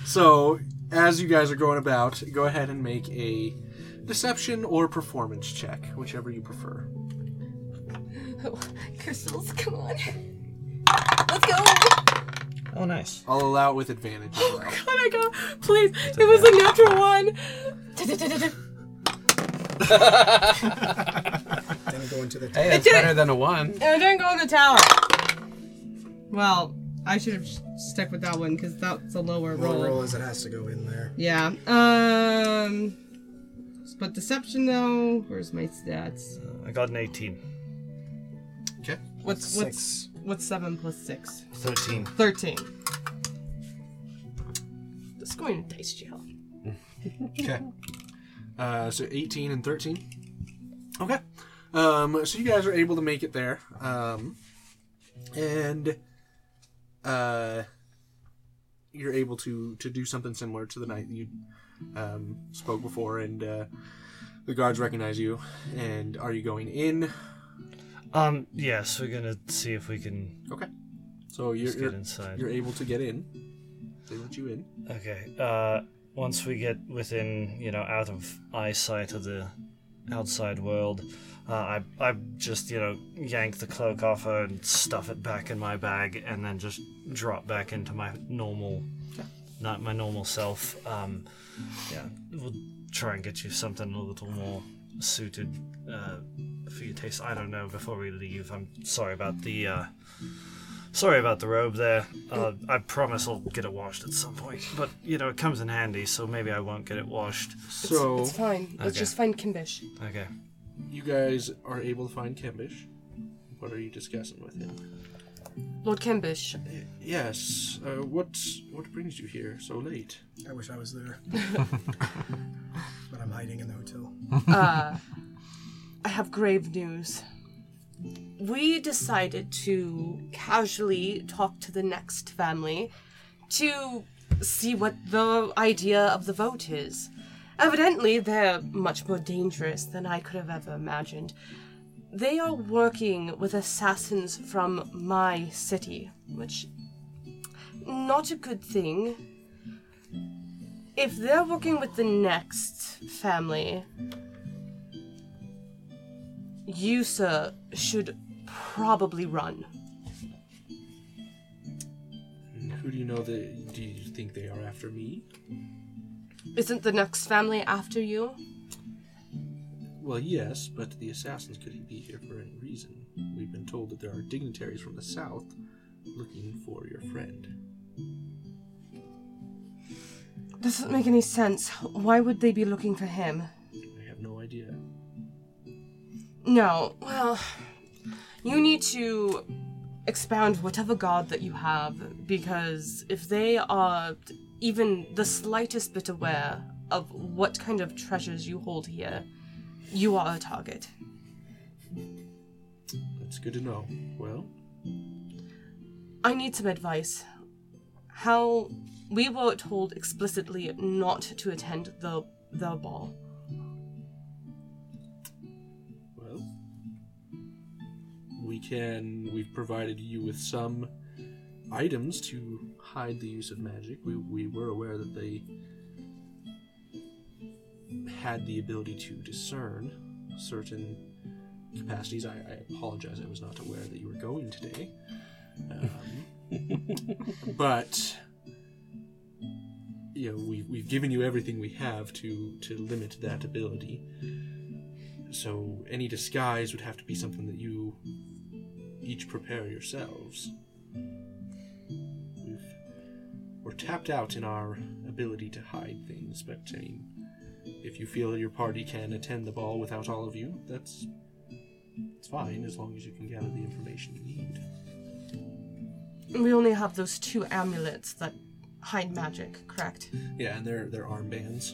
Speaker 1: So, as you guys are going about, go ahead and make a deception or performance check, whichever you prefer.
Speaker 10: Crystals, come
Speaker 8: (laughs)
Speaker 10: on. Let's go.
Speaker 7: Oh, nice.
Speaker 1: I'll allow it with advantage. as well.
Speaker 10: Oh my god, please. It was a natural one.
Speaker 8: (laughs)
Speaker 3: Didn't go into the
Speaker 11: Hey, that's
Speaker 8: It did-
Speaker 11: better than a one.
Speaker 8: I didn't go in the tower.
Speaker 16: Well, I should have stuck with that one because that's a lower
Speaker 3: Roll,
Speaker 16: roll.
Speaker 3: roll as it has to go in there.
Speaker 16: Yeah. Um. But deception though. Where's my stats?
Speaker 7: i got an 18
Speaker 9: okay
Speaker 16: What's what's what's seven plus six?
Speaker 7: 13
Speaker 16: Thirteen.
Speaker 8: It's going to dice jail.
Speaker 7: (laughs)
Speaker 1: Okay. Uh, so 18 and 13. Okay. Um, so you guys are able to make it there. Um, and uh, you're able to, to do something similar to the night you um, spoke before, and uh, the guards recognize you. And are you going in?
Speaker 7: um yes we're gonna see if we can
Speaker 1: Okay. So you're,
Speaker 7: Let's get
Speaker 1: you're-
Speaker 7: inside.
Speaker 1: you're able to get in. They let you in.
Speaker 7: Okay. Uh, once we get within, you know, out of eyesight of the outside world, uh, I I just you know yank the cloak off her and stuff it back in my bag, and then just drop back into my normal, not my normal self. Um, yeah, we'll try and get you something a little more suited uh, for your taste. I don't know. Before we leave, I'm sorry about the. Uh, Sorry about the robe there. Uh, I promise I'll get it washed at some point. But, you know, it comes in handy, so maybe I won't get it washed.
Speaker 1: So-
Speaker 8: It's fine. Let's
Speaker 7: Okay.
Speaker 8: just find Kimbish.
Speaker 7: Okay.
Speaker 1: You guys are able to find Kembish. What are you discussing with him?
Speaker 8: Lord Kimbish.
Speaker 1: Yes. Uh, what what brings you here so late?
Speaker 3: I wish I was there. but I'm hiding in the hotel.
Speaker 8: (laughs) uh, I have grave news. We decided to casually talk to the next family to see what the idea of the vote is. Evidently, they're much more dangerous than I could have ever imagined. They are working with assassins from my city, which not a good thing. If they're working with the next family, you, sir, should probably run.
Speaker 1: And Who do you know that? Do you think they are after me?
Speaker 8: Isn't the next family after you?
Speaker 1: Well, yes, but the assassins could be here for any reason. We've been told that there are dignitaries from the south looking for your friend.
Speaker 8: Doesn't make any sense. Why would they be looking for him?
Speaker 1: I have no idea.
Speaker 8: No. Well, you need to expound whatever god that you have because if they are even the slightest bit aware of what kind of treasures you hold here, you are a target.
Speaker 1: That's good to know. Well,
Speaker 8: I need some advice. How we were told explicitly not to attend the the ball.
Speaker 1: well, we can. We've provided you with some items to hide the use of magic. We, we were aware that they had the ability to discern certain capacities. I, I apologize, I was not aware that you were going today. Um, but you know, we, we've given you everything we have to to limit that ability. So any disguise would have to be something that you each prepare yourselves. We've, we're tapped out in our ability to hide things, but I mean, if you feel your party can attend the ball without all of you, that's it's fine as long as you can gather the information you need.
Speaker 8: We only have those two amulets that hide magic, correct?
Speaker 1: Yeah, and their their armbands.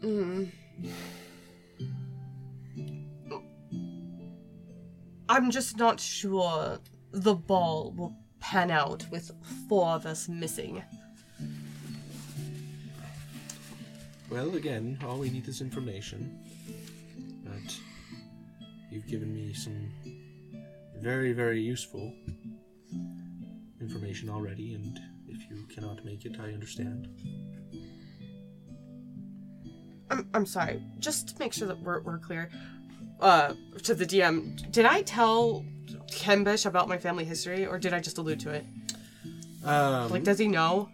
Speaker 8: Mm. I'm just not sure the ball will pan out with four of us missing.
Speaker 1: Well, again, all we need is information. But you've given me some very, very useful information already, and if you cannot make it, I understand.
Speaker 8: I'm, I'm sorry. Just to make sure that we're, we're clear uh, to the DM, did I tell Kembish about my family history or did I just allude to it?
Speaker 1: Um,
Speaker 8: like, does he know?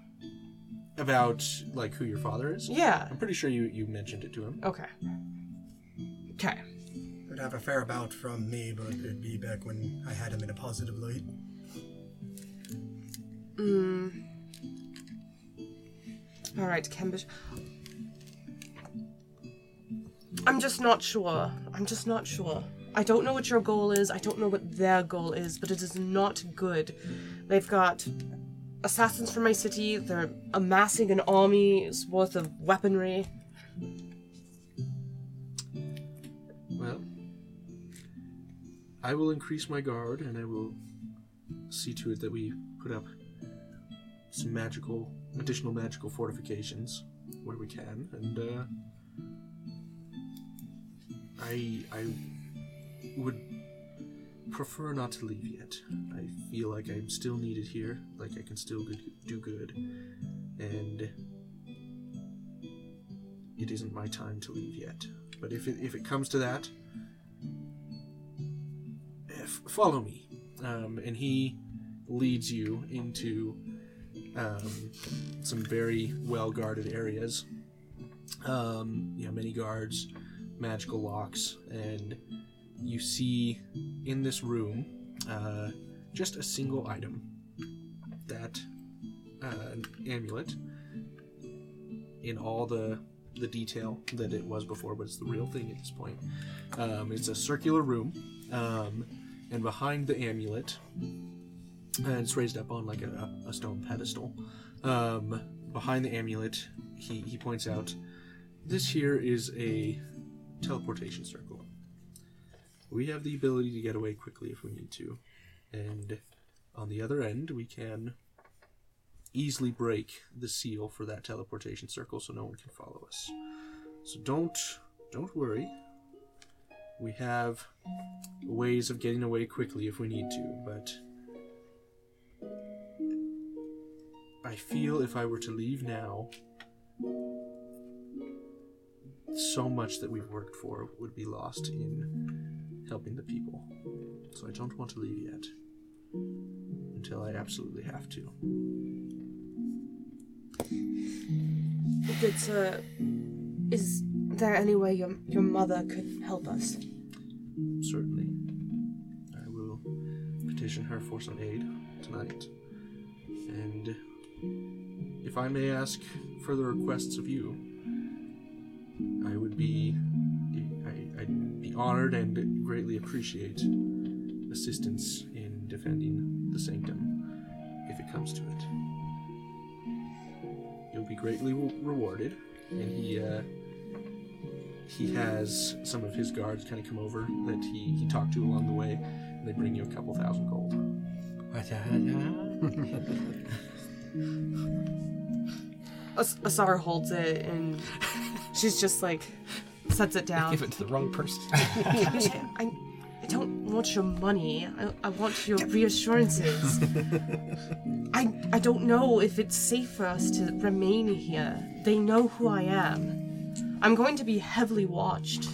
Speaker 1: about like who your father is?
Speaker 8: Yeah.
Speaker 1: I'm pretty sure you you mentioned it to him.
Speaker 8: Okay. Okay.
Speaker 3: Would have a fair amount from me, but it'd be back when I had him in a positive light.
Speaker 8: Mm. All right, Kembish. I'm just not sure. I'm just not sure. I don't know what your goal is. I don't know what their goal is, but it is not good. They've got assassins from my city. They're amassing an army's worth of weaponry.
Speaker 1: Well, I will increase my guard, and I will see to it that we put up some magical, additional magical fortifications where we can, and uh, I I would prefer not to leave yet. I feel like I'm still needed here, like I can still good, do good, and it isn't my time to leave yet. But if it, if it comes to that, eh, f- follow me. Um, and he leads you into um, some very well guarded areas. Um, you know, many guards, magical locks, and you see in this room uh, just a single item that uh, amulet in all the the detail that it was before, but it's the real thing at this point. Um, it's a circular room, um, and behind the amulet, and it's raised up on like a, a stone pedestal. Um, behind the amulet, he, he points out this here is a teleportation circle. We have the ability to get away quickly if we need to, and on the other end, we can easily break the seal for that teleportation circle so no one can follow us. So don't don't worry. We have ways of getting away quickly if we need to, but I feel if I were to leave now so much that we've worked for would be lost in helping the people. So I don't want to leave yet until I absolutely have to.
Speaker 8: Good sir, uh, is there any way your, your mother could help us?
Speaker 1: Certainly. I will petition her for some aid tonight. And if I may ask further requests of you, I would be I, I'd be honored and greatly appreciate assistance in defending the sanctum if it comes to it. You'll be greatly re- rewarded. And he uh, he has some of his guards kind of come over that he, he talked to along the way, and they bring you a couple thousand gold.
Speaker 8: As- Asar holds it and she's just like sets it down.
Speaker 4: Give it to the wrong person.
Speaker 8: I, (laughs) I, I don't want your money. I, I want your reassurances. I I don't know if it's safe for us to remain here. They know who I am. I'm going to be heavily watched.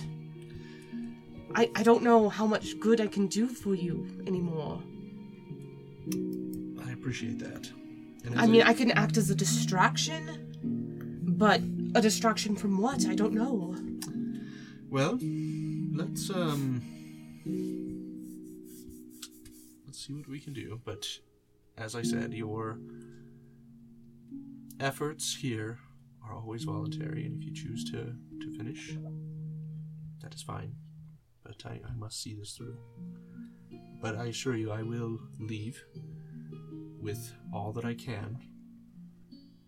Speaker 8: I, I don't know how much good I can do for you anymore.
Speaker 1: I appreciate that. And
Speaker 8: I
Speaker 1: as
Speaker 8: mean,
Speaker 1: a-
Speaker 8: I can act as a distraction, but a distraction from what? I don't know.
Speaker 1: Well, let's um let's see what we can do, but as I said, your efforts here are always voluntary and if you choose to to finish that is fine. But I, I must see this through. But I assure you I will leave with all that I can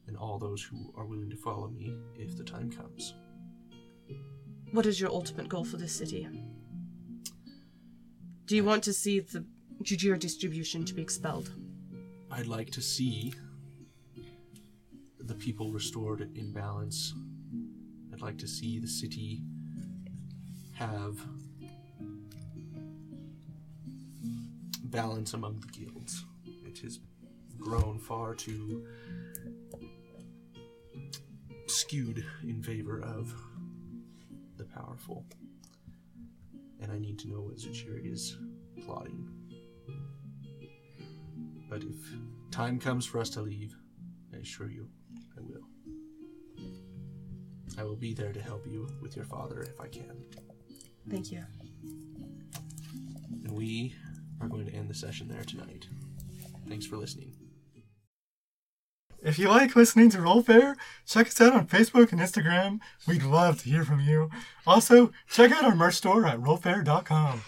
Speaker 1: and all those who are willing to follow me if the time comes.
Speaker 8: What is your ultimate goal for this city? Do you want to see the Jujiro distribution to be expelled?
Speaker 1: I'd like to see the people restored in balance. I'd like to see the city have balance among the guilds. It has grown far too skewed in favor of the powerful. And I need to know what Zuchiri is plotting. But if time comes for us to leave, I assure you, I will. I will be there to help you with your father if I can.
Speaker 8: Thank you.
Speaker 1: And we are going to end the session there tonight. Thanks for listening.
Speaker 17: If you like listening to Roll Fair, check us out on Facebook and Instagram. We'd love to hear from you. Also, check out our merch store at rollfair.com.